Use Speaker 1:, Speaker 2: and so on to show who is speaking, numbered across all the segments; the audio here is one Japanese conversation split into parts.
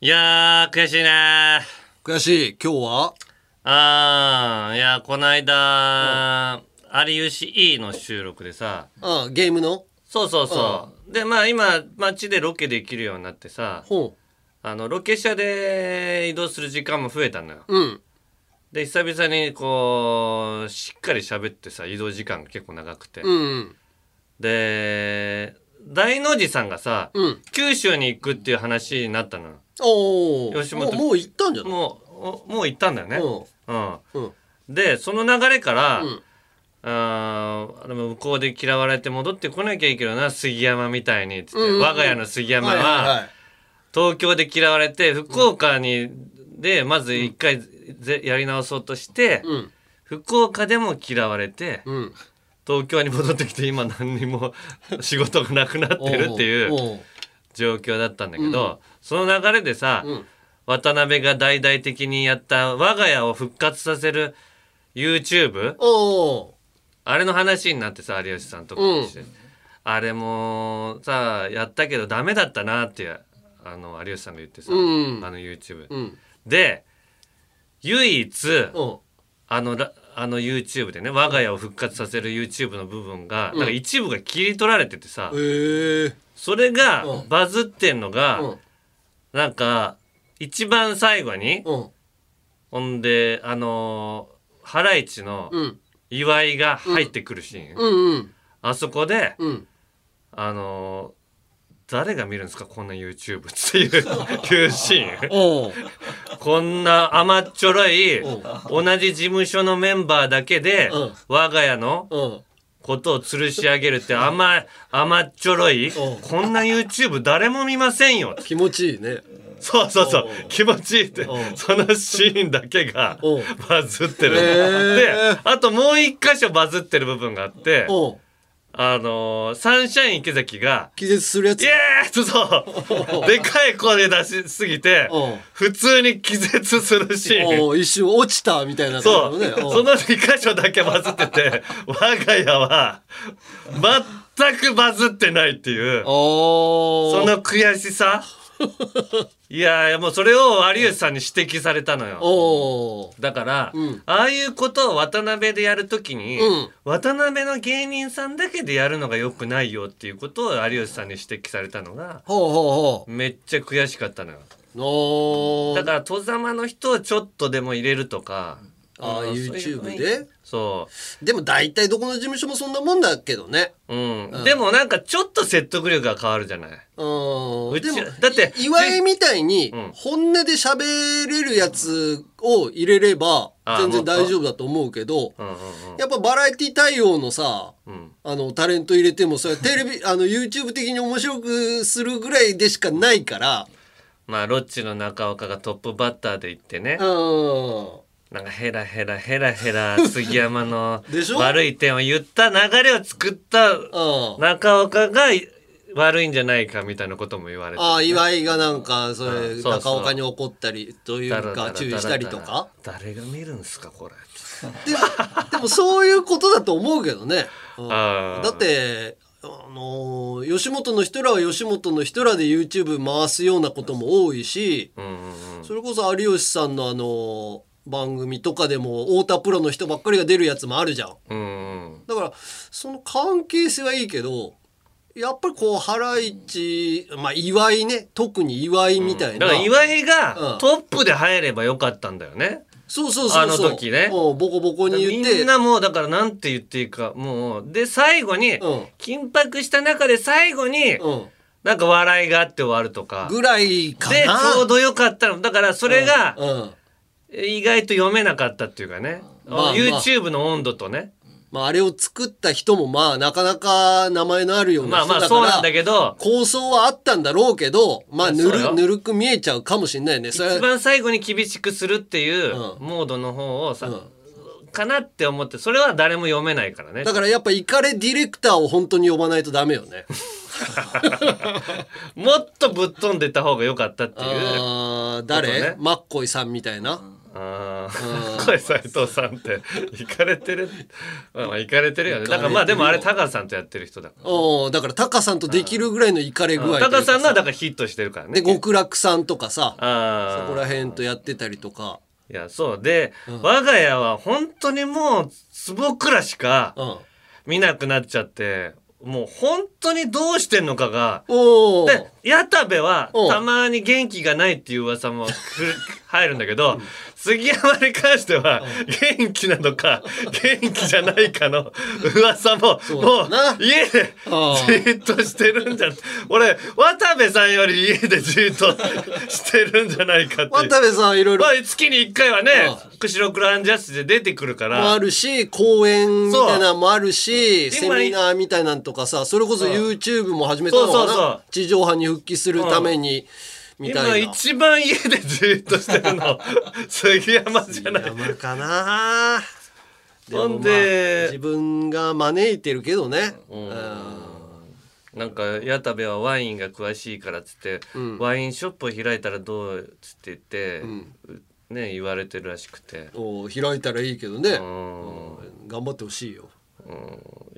Speaker 1: いやー、悔しいね
Speaker 2: 悔しい今日は
Speaker 1: あー、いやー、こないだ、有吉 E の収録でさ、
Speaker 2: ああゲームの
Speaker 1: そうそうそう。で、まあ今、街でロケできるようになってさ、
Speaker 2: ほ
Speaker 1: あの、ロケ車で移動する時間も増えたのよ。
Speaker 2: ううん
Speaker 1: で、久々にこう、しっかり喋ってさ、移動時間が結構長くて。
Speaker 2: うん
Speaker 1: で、大の字さんがさ、
Speaker 2: うん
Speaker 1: 九州に行くっていう話になったのよ。
Speaker 2: おお
Speaker 1: 吉
Speaker 2: も
Speaker 1: 本
Speaker 2: うもう行ったんじゃない
Speaker 1: もうお、もう行ったんだよね。うん。
Speaker 2: うんうん
Speaker 1: でその流れから、
Speaker 2: うん
Speaker 1: あーでも向こうで嫌われて戻ってこなきゃいいけどな杉山みたいにっつって、
Speaker 2: うんうんうん
Speaker 1: 我が家の杉山は,、
Speaker 2: はいはいはい
Speaker 1: 東京で嫌われて福岡に、でまず一回ぜ、やり直そうとして、
Speaker 2: うん
Speaker 1: 福岡でも嫌われて、
Speaker 2: うん
Speaker 1: 東京に戻ってきて今何にも 仕事がなくなってるっていう
Speaker 2: おう
Speaker 1: 状況だったんだけど、その流れでさ、
Speaker 2: おううん
Speaker 1: 渡辺が大々的にやった我が家を復活させる YouTube、
Speaker 2: おう
Speaker 1: あれの話になってさ有吉さんとかにして、
Speaker 2: う
Speaker 1: あれもさやったけどダメだったなっていうあの有吉さんが言ってさ、
Speaker 2: うん
Speaker 1: あの YouTube、
Speaker 2: うん
Speaker 1: で唯一
Speaker 2: おう
Speaker 1: あのらあの YouTube でね我が家を復活させる YouTube の部分が、
Speaker 2: うん
Speaker 1: なんか一部が切り取られててさ、
Speaker 2: へえ
Speaker 1: それが
Speaker 2: うん
Speaker 1: バズってんのが、
Speaker 2: うん
Speaker 1: なんか一番最後に、
Speaker 2: うん
Speaker 1: ほんであのーハライチの
Speaker 2: うん
Speaker 1: 祝いが入ってくるシーン、
Speaker 2: うんうん
Speaker 1: あそこで、
Speaker 2: うん
Speaker 1: あのー誰が見るんですかこんな YouTube っていう いうシーン
Speaker 2: おう
Speaker 1: こんな甘っちょろい
Speaker 2: うん
Speaker 1: 同じ事務所のメンバーだけで
Speaker 2: うん
Speaker 1: 我が家の
Speaker 2: うん
Speaker 1: ことを吊るし上げるって甘い甘っちょろい
Speaker 2: うん
Speaker 1: こんな YouTube 誰も見ませんよ
Speaker 2: 気持ちいいね
Speaker 1: そうそうそう
Speaker 2: うん
Speaker 1: 気持ちいいって
Speaker 2: うん
Speaker 1: そのシーンだけが
Speaker 2: うん
Speaker 1: バズってる
Speaker 2: へー
Speaker 1: であともう一箇所バズってる部分があって
Speaker 2: おう
Speaker 1: あのーサンシャイン池崎が「
Speaker 2: 気絶するやつ
Speaker 1: イエーイとそうでかい声出しすぎて
Speaker 2: うん
Speaker 1: 普通に気絶するシーン
Speaker 2: おう一瞬落ちたみたいな
Speaker 1: そ
Speaker 2: 感
Speaker 1: う
Speaker 2: じのねお
Speaker 1: その2箇所だけバズって て我が家は全くバズってないっていう
Speaker 2: お
Speaker 1: そ
Speaker 2: お
Speaker 1: の悔し さいやいやもうそれを有吉さんに指摘されたのよ
Speaker 2: おお
Speaker 1: だから、
Speaker 2: うん
Speaker 1: ああいうことを渡辺でやるときに、
Speaker 2: うん
Speaker 1: 渡辺の芸人さんだけでやるのが良くないよっていうことを有吉さんに指摘されたのが
Speaker 2: ほうほうほう
Speaker 1: めっちゃ悔しかったのよ
Speaker 2: お
Speaker 1: だから戸様の人をちょっとでも入れるとか
Speaker 2: ああ
Speaker 1: うんそういう
Speaker 2: YouTube で
Speaker 1: そ
Speaker 2: でも大体どこの事務所もそんなもんだけどね
Speaker 1: う、うんでもなんかちょっと説得力が変わるじゃないううんち
Speaker 2: でも
Speaker 1: だって
Speaker 2: い岩井みたいに
Speaker 1: うん
Speaker 2: 本音で喋れるやつを入れれば
Speaker 1: あー
Speaker 2: 全然大丈夫だと思うけど
Speaker 1: うんうんうん
Speaker 2: やっぱバラエティ対応のさ
Speaker 1: うん
Speaker 2: あのタレント入れ てもそれはテレビあの YouTube 的に面白くするぐらいでしかないから
Speaker 1: まあロッチの中岡がトップバッターで行ってね
Speaker 2: う、ん
Speaker 1: なんかヘラヘラヘラヘラ杉山の
Speaker 2: でしょ
Speaker 1: 悪い点を言った流れを作った
Speaker 2: うん
Speaker 1: 中岡がい悪いんじゃないかみたいなことも言われて
Speaker 2: ああ岩井がなんかそれ
Speaker 1: うんそうそう
Speaker 2: 中岡に怒ったりというか注意したりとか
Speaker 1: 誰が見るんすかこれ
Speaker 2: でも でもそういうことだと思うけどね。うん
Speaker 1: あー
Speaker 2: だってあのー吉本の人らは吉本の人らで YouTube 回すようなことも多いし
Speaker 1: うんうんうん
Speaker 2: それこそ有吉さんのあのー番組とかでも太田プロの人ばっかりが出るやつもあるじゃん。
Speaker 1: うんうん
Speaker 2: だからその関係性はいいけどやっぱりこうハライチまあ岩井ね特に岩井みたいな、
Speaker 1: だから岩井
Speaker 2: う
Speaker 1: が
Speaker 2: ん
Speaker 1: トップで入ればよかったんだよね。
Speaker 2: そうそうそうそう
Speaker 1: あの時ね
Speaker 2: うんボコボコに
Speaker 1: み
Speaker 2: 言って
Speaker 1: んなもうだからなんて言っていいかもうで最後に、
Speaker 2: うん
Speaker 1: 緊迫した中で最後に、
Speaker 2: うん、
Speaker 1: なんか笑いがあって終わるとか
Speaker 2: ぐらいか
Speaker 1: で
Speaker 2: な
Speaker 1: ちょうどよかったのだからそれが
Speaker 2: うんうん
Speaker 1: 意外と読めなかったっていうかね、
Speaker 2: まあまあ
Speaker 1: YouTube の温度とね
Speaker 2: まあ、あれを作った人もまあなかなか名前のあるよう
Speaker 1: まあ
Speaker 2: な人
Speaker 1: ま
Speaker 2: だ
Speaker 1: あ
Speaker 2: から、
Speaker 1: そうなんだけど
Speaker 2: 構想はあったんだろうけどまあぬ
Speaker 1: そうよ
Speaker 2: るぬるく見えちゃうかもしれないねそれ
Speaker 1: 一
Speaker 2: は
Speaker 1: 番最後に厳しくするっていう
Speaker 2: うん
Speaker 1: モードの方をさ、
Speaker 2: うん
Speaker 1: かなって思ってそれは誰も読めないからね
Speaker 2: だからやっぱイカレディレクターを本当に呼ばないとダメよ ね。
Speaker 1: もっとぶっ飛んでた方が良かったっていう
Speaker 2: あー誰、
Speaker 1: そうだね
Speaker 2: マッコイさんみたいな。
Speaker 1: あ
Speaker 2: う
Speaker 1: あ
Speaker 2: ん
Speaker 1: 声斎藤さんって行かれてるまあまあ行かれてるよねだからまあでもあれタカさんとやってる人だから
Speaker 2: おーだからタカさんとできるぐらいのイカれ具合
Speaker 1: タカさんのはだ
Speaker 2: だ
Speaker 1: からヒットしてるからね
Speaker 2: で極楽さんとかさそ
Speaker 1: ああ
Speaker 2: こら辺とやってたりとか
Speaker 1: いやそうで、
Speaker 2: うん
Speaker 1: 我が家は本当にもう坪倉しか
Speaker 2: うん
Speaker 1: 見なくなっちゃってもう本当にどうしてんのかが
Speaker 2: おお
Speaker 1: で矢田部は
Speaker 2: うん
Speaker 1: たまに元気がないっていう噂もく 入るんだけど杉山に関しては元気なのか元気じゃないかの噂も
Speaker 2: そう
Speaker 1: もう
Speaker 2: だな
Speaker 1: 家でじーっとしてるんじゃ俺渡部さんより家でじーっとしてるんじゃないかっていう
Speaker 2: 渡部さんいろいろ
Speaker 1: まあ月に1回はね釧路クランジャスで出てくるから
Speaker 2: もあるし講演みたいなのもあるし
Speaker 1: そう
Speaker 2: セミナーみたいなんとかさそれこそ
Speaker 1: うん
Speaker 2: YouTube も始めたの
Speaker 1: そ
Speaker 2: か
Speaker 1: うそうそう
Speaker 2: な地上波に復帰するためにみ
Speaker 1: 今
Speaker 2: たいな。
Speaker 1: 一番家でじーっとしてるの杉山じゃない
Speaker 2: 山か な
Speaker 1: ほ
Speaker 2: も
Speaker 1: んで
Speaker 2: まあ自分が招いてるけどね、うん
Speaker 1: なんか矢田部はワインが詳しいからっつって、
Speaker 2: ん
Speaker 1: ワインショップを開いたらどうっつって言って、
Speaker 2: ん
Speaker 1: ね言われてるらしくて、
Speaker 2: お開いたらいいけどね、
Speaker 1: うん
Speaker 2: 頑張ってほしいよ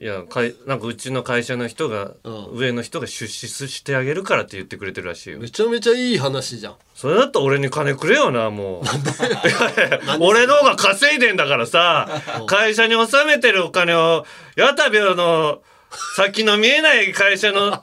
Speaker 1: いやかいなんかうちの会社の人が、
Speaker 2: うん
Speaker 1: 上の人が出資してあげるからって言ってくれてるらしいよ
Speaker 2: めちゃめちゃいい話じゃん
Speaker 1: それだったら俺に金くれよなもういやいや俺の方が稼いでんだからさ会社に納めてるお金を矢田部の先の見えない会社の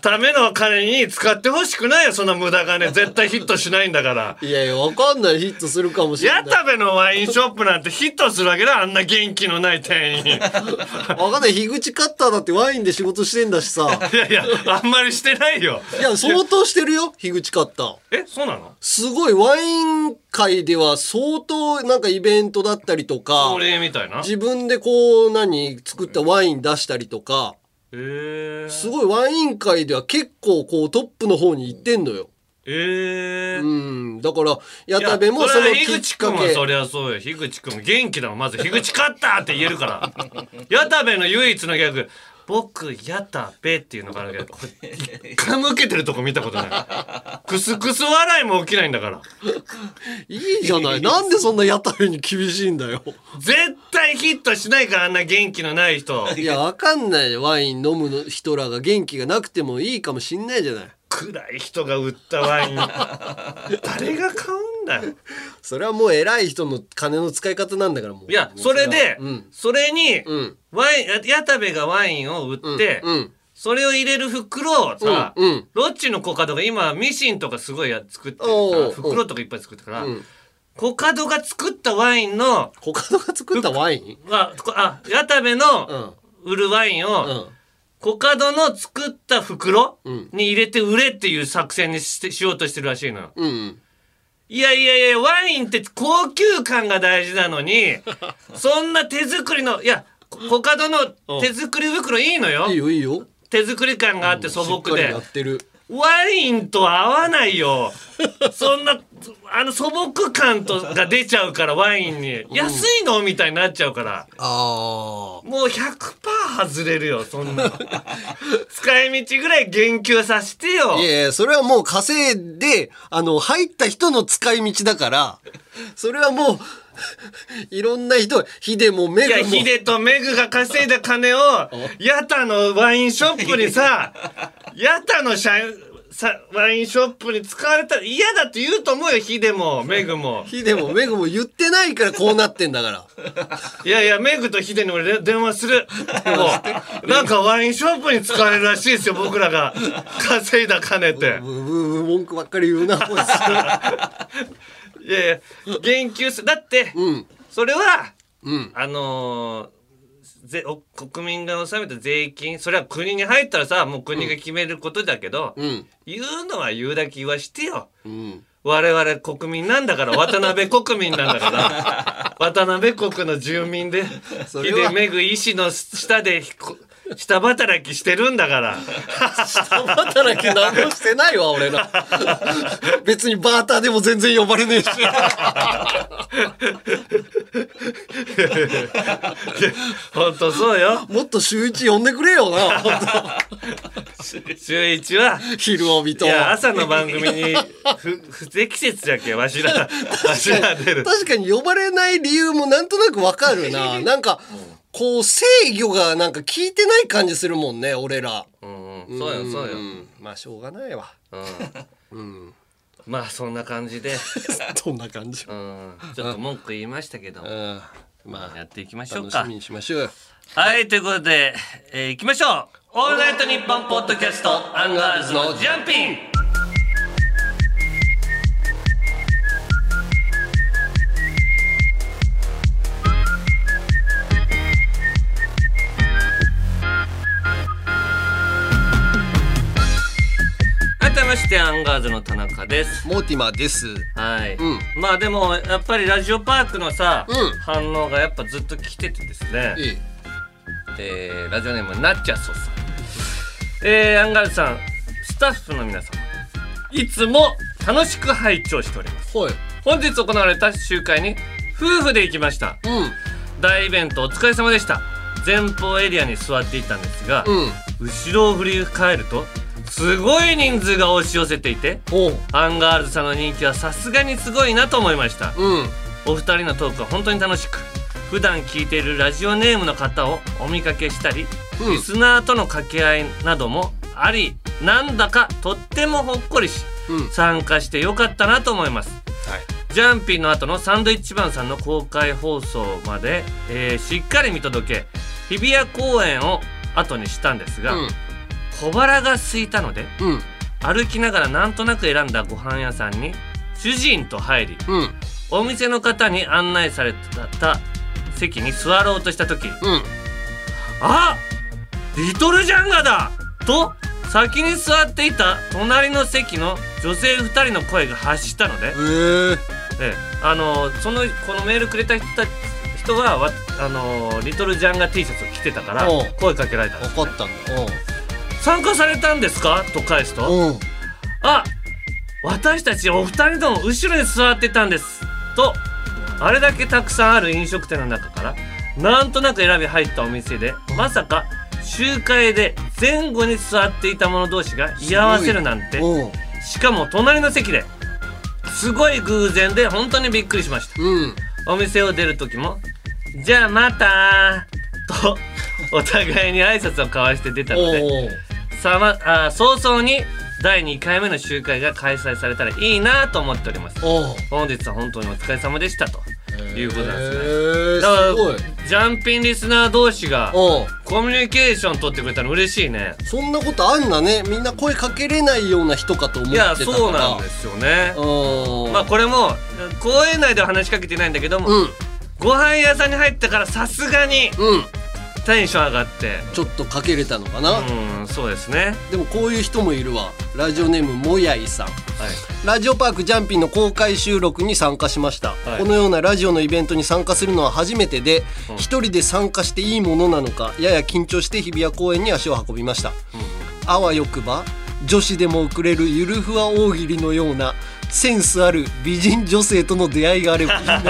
Speaker 1: ためのお金に使ってほしくないよその無駄金絶対ヒットしないんだから
Speaker 2: いやいやわかんないヒットするかもしれな
Speaker 1: 矢
Speaker 2: い
Speaker 1: 田部のワインショップなんてヒットするわけだあんな元気のない店員い
Speaker 2: わかんない樋口カッターだってワインで仕事してんだしさ
Speaker 1: やいやあんまりしてないよ
Speaker 2: いや相当してるよ樋口カッター
Speaker 1: えそうなの
Speaker 2: すごいワイン界では相当なんかイベントだったりとか
Speaker 1: お礼みたいなへ
Speaker 2: 自分でこう何作ったワイン出したりとか
Speaker 1: え
Speaker 2: すごいワイン界では結構こうトップの方に行ってんのよ。
Speaker 1: ええ
Speaker 2: うん、だから矢田部も
Speaker 1: いや
Speaker 2: そ
Speaker 1: そ
Speaker 2: の
Speaker 1: れは
Speaker 2: き
Speaker 1: 樋
Speaker 2: っ
Speaker 1: 口
Speaker 2: か
Speaker 1: 君は
Speaker 2: け
Speaker 1: そりゃそうよ樋口君元気だもんまず「樋口勝った!」って言える から矢田部の唯一のギャグ「僕矢田部」っていうのがあるけどこれ一回も受けてるとこ見たことないクスクス笑いも起きないんだから
Speaker 2: いいじゃ ないなんでそんな矢田部に厳しいんだよ
Speaker 1: 絶対ヒットしないからあんな元気のない人
Speaker 2: いやわかんないよワイン飲むの人らが元気がなくてもいいかもしんないじゃない
Speaker 1: 暗い人が売ったワイン誰が買うんだよ
Speaker 2: それはもう偉い人の金の使い方なんだからもう
Speaker 1: い
Speaker 2: い
Speaker 1: やそれで、
Speaker 2: うん
Speaker 1: それに、
Speaker 2: うん
Speaker 1: ワイン矢田部がワインを売って、
Speaker 2: うん
Speaker 1: それを入れる袋をさ、
Speaker 2: うんうん
Speaker 1: ロッチのコカドが今ミシンとかすごいや作ってる
Speaker 2: お
Speaker 1: から
Speaker 2: う
Speaker 1: 袋とかいっぱい作ってるから、
Speaker 2: うん
Speaker 1: コカドが作ったワインの
Speaker 2: 他のが作ったワイン
Speaker 1: あこあ矢田部
Speaker 2: う
Speaker 1: の
Speaker 2: ん
Speaker 1: 売るワインを、
Speaker 2: うん
Speaker 1: コカドの作った袋
Speaker 2: うん
Speaker 1: に入れて売れっていう作戦にしてしようとしてるらしいのよ。
Speaker 2: うん
Speaker 1: いやいやいやワインって高級感が大事なの にそんな手作りのいやココカドの手作り袋いいのよ
Speaker 2: いいよいいよ
Speaker 1: 手作り感があって素
Speaker 2: しっ
Speaker 1: 朴
Speaker 2: かり
Speaker 1: で
Speaker 2: や。ってる
Speaker 1: ワインと合わないよ。そんな、あの素朴感とが出ちゃうから、ワインに。安いのみたいになっちゃうから。
Speaker 2: あ
Speaker 1: もう100%外れるよ、そんな。使い道ぐらい言及させてよ
Speaker 2: あい。やいやそれはもう稼いであの入った人の使い道だからそれはもう いろんな人ヒデもメ
Speaker 1: いや、
Speaker 2: グも
Speaker 1: ヒデとメグが稼いだ金を、ヤタのワインショップにさ、ヤタの社さワインショップに使われたら嫌だって言うと思うよ、ヒデも、メグも。
Speaker 2: ヒデもメグも言ってないからこうなってんだから
Speaker 1: いやいや、メイクとヒデに俺で電話する。 もう、なんかワインショップに使われるらしいですよ、僕らが。稼いだ金って。
Speaker 2: ブーブー文句ばっかり言うなこいつ
Speaker 1: いやいや、言及する。だって、
Speaker 2: うん
Speaker 1: それは、
Speaker 2: うん
Speaker 1: あのーぜお国民が納めた税金、それは国に入ったらさ、もう国が決めることだけど、
Speaker 2: うん
Speaker 1: 言うのは言うだけ言わしてよ。
Speaker 2: うん
Speaker 1: 我々国民なんだから渡辺国民なんだ から渡辺国の住民で
Speaker 2: そ
Speaker 1: 秀
Speaker 2: れは
Speaker 1: めぐ医師の下でこ下働きしてるんだ から
Speaker 2: 働き何もしてないわ俺ら別にバーターでも全然呼ばれねえし
Speaker 1: 本当そうよ
Speaker 2: もっと週一呼んでくれよな本
Speaker 1: 週一は
Speaker 2: 昼帯
Speaker 1: い
Speaker 2: と。
Speaker 1: や朝の番組に不不適切じゃけわし らわしら出る
Speaker 2: 確かに呼ばれない理由もなんとなくわかるな。なんか、こう制御がなんか効いてない感じするもんね、俺ら。
Speaker 1: うんうんそうよそうようん
Speaker 2: ん。まあしょうがないわ。
Speaker 1: まあそんな感じで
Speaker 2: どんな感じ。
Speaker 1: うんちょっと文句言いましたけど
Speaker 2: うん。ま
Speaker 1: や
Speaker 2: あ、
Speaker 1: っていきましょう
Speaker 2: 楽し
Speaker 1: か
Speaker 2: みにしましょうよ。
Speaker 1: はいということでえー行きましょうオールナイトニッポンポッドキャストアンガールズのジャンピン改めましてアンガールズの田中です
Speaker 2: モーティマーです。
Speaker 1: はい、
Speaker 2: ん
Speaker 1: まあでもやっぱりラジオパークのさ、
Speaker 2: うん
Speaker 1: 反応がやっぱずっと来ててですね
Speaker 2: いい。
Speaker 1: えーラジオネームなっちゃそうさん、えーアンガールズさんスタッフの皆様いつも楽しく拝聴しております
Speaker 2: はい。
Speaker 1: 本日行われた集会に夫婦で行きました
Speaker 2: う
Speaker 1: 大イベントお疲れ様でした前方エリアに座っていたんですが、
Speaker 2: ん。うん。
Speaker 1: 後ろを振り返るとすごい人数が押し寄せていて
Speaker 2: おう。
Speaker 1: アンガールズさんの人気はさすがにすごいなと思いました
Speaker 2: うん。
Speaker 1: お二人のトークは本当に楽しく普段聞いているラジオネームの方をお見かけしたり、
Speaker 2: うん
Speaker 1: リスナーとの掛け合いなどもありなんだかとってもほっこりし
Speaker 2: うん。はい。
Speaker 1: 参加してよかったなと思いますジャンピンの後のサンドイッチマンさんの公開放送まで、えーしっかり見届け日比谷公園を後にしたんですが、小腹が空いたので
Speaker 2: うん。うん。
Speaker 1: 歩きながらなんとなく選んだご飯屋さんに主人と入り
Speaker 2: うん。
Speaker 1: お店の方に案内された席に座ろうとした時
Speaker 2: うん。
Speaker 1: 「あリトルジャンガだ!」と先に座っていた隣の席の女性2人の声が発したので、
Speaker 2: ええ。
Speaker 1: ええあのそのこのメールくれた人た人がわあのリトルジャンガ T シャツを着てたから
Speaker 2: おう
Speaker 1: 声かけられたんです
Speaker 2: 分かったんだ。
Speaker 1: 参加されたんですか?」と返すと「
Speaker 2: うん。うん。
Speaker 1: あ私たちお二人とも後ろに座ってたんですとあれだけたくさんある飲食店の中からなんとなく選び入ったお店でまさか集会で前後に座っていた者同士が居合わせるなんて
Speaker 2: うん。
Speaker 1: しかも隣の席ですごい偶然で本当にびっくりしました
Speaker 2: うん。
Speaker 1: お店を出る時も「じゃあまた」とお互いに挨拶を交わして出たので
Speaker 2: おう。
Speaker 1: さまあー早々に第2回目の集会が開催されたらいいなと思っております
Speaker 2: おう。
Speaker 1: 本日は本当にお疲れ様でしたということなんですね、
Speaker 2: ええ。
Speaker 1: だから
Speaker 2: すごい。
Speaker 1: ジャンピンリスナー同士が
Speaker 2: おう。
Speaker 1: コミュニケーション取ってくれたの嬉しいね
Speaker 2: そんなことあんだね。みんな声かけれないような人かと思っ
Speaker 1: い
Speaker 2: てたから。
Speaker 1: やそうなんですよね
Speaker 2: うん。
Speaker 1: まあこれも公園内では話しかけてないんだけども、
Speaker 2: うん。
Speaker 1: ご飯屋さんに入ったからさすがに
Speaker 2: うん。
Speaker 1: テンション上がって
Speaker 2: ちょっとかけれたのかな。
Speaker 1: うんそうですね
Speaker 2: でもこういう人もいるわ。ラジオネームもやいさん。
Speaker 1: はい
Speaker 2: ラジオパークジャンピンの公開収録に参加しました、
Speaker 1: はい
Speaker 2: このようなラジオのイベントに参加するのは初めてで
Speaker 1: うん
Speaker 2: 一、人で参加していいものなのかやや緊張して日比谷公園に足を運びましたあわよくば女子でも遅れるゆるふわ大喜利のようなセンスある美人女性との出会いがあればいいな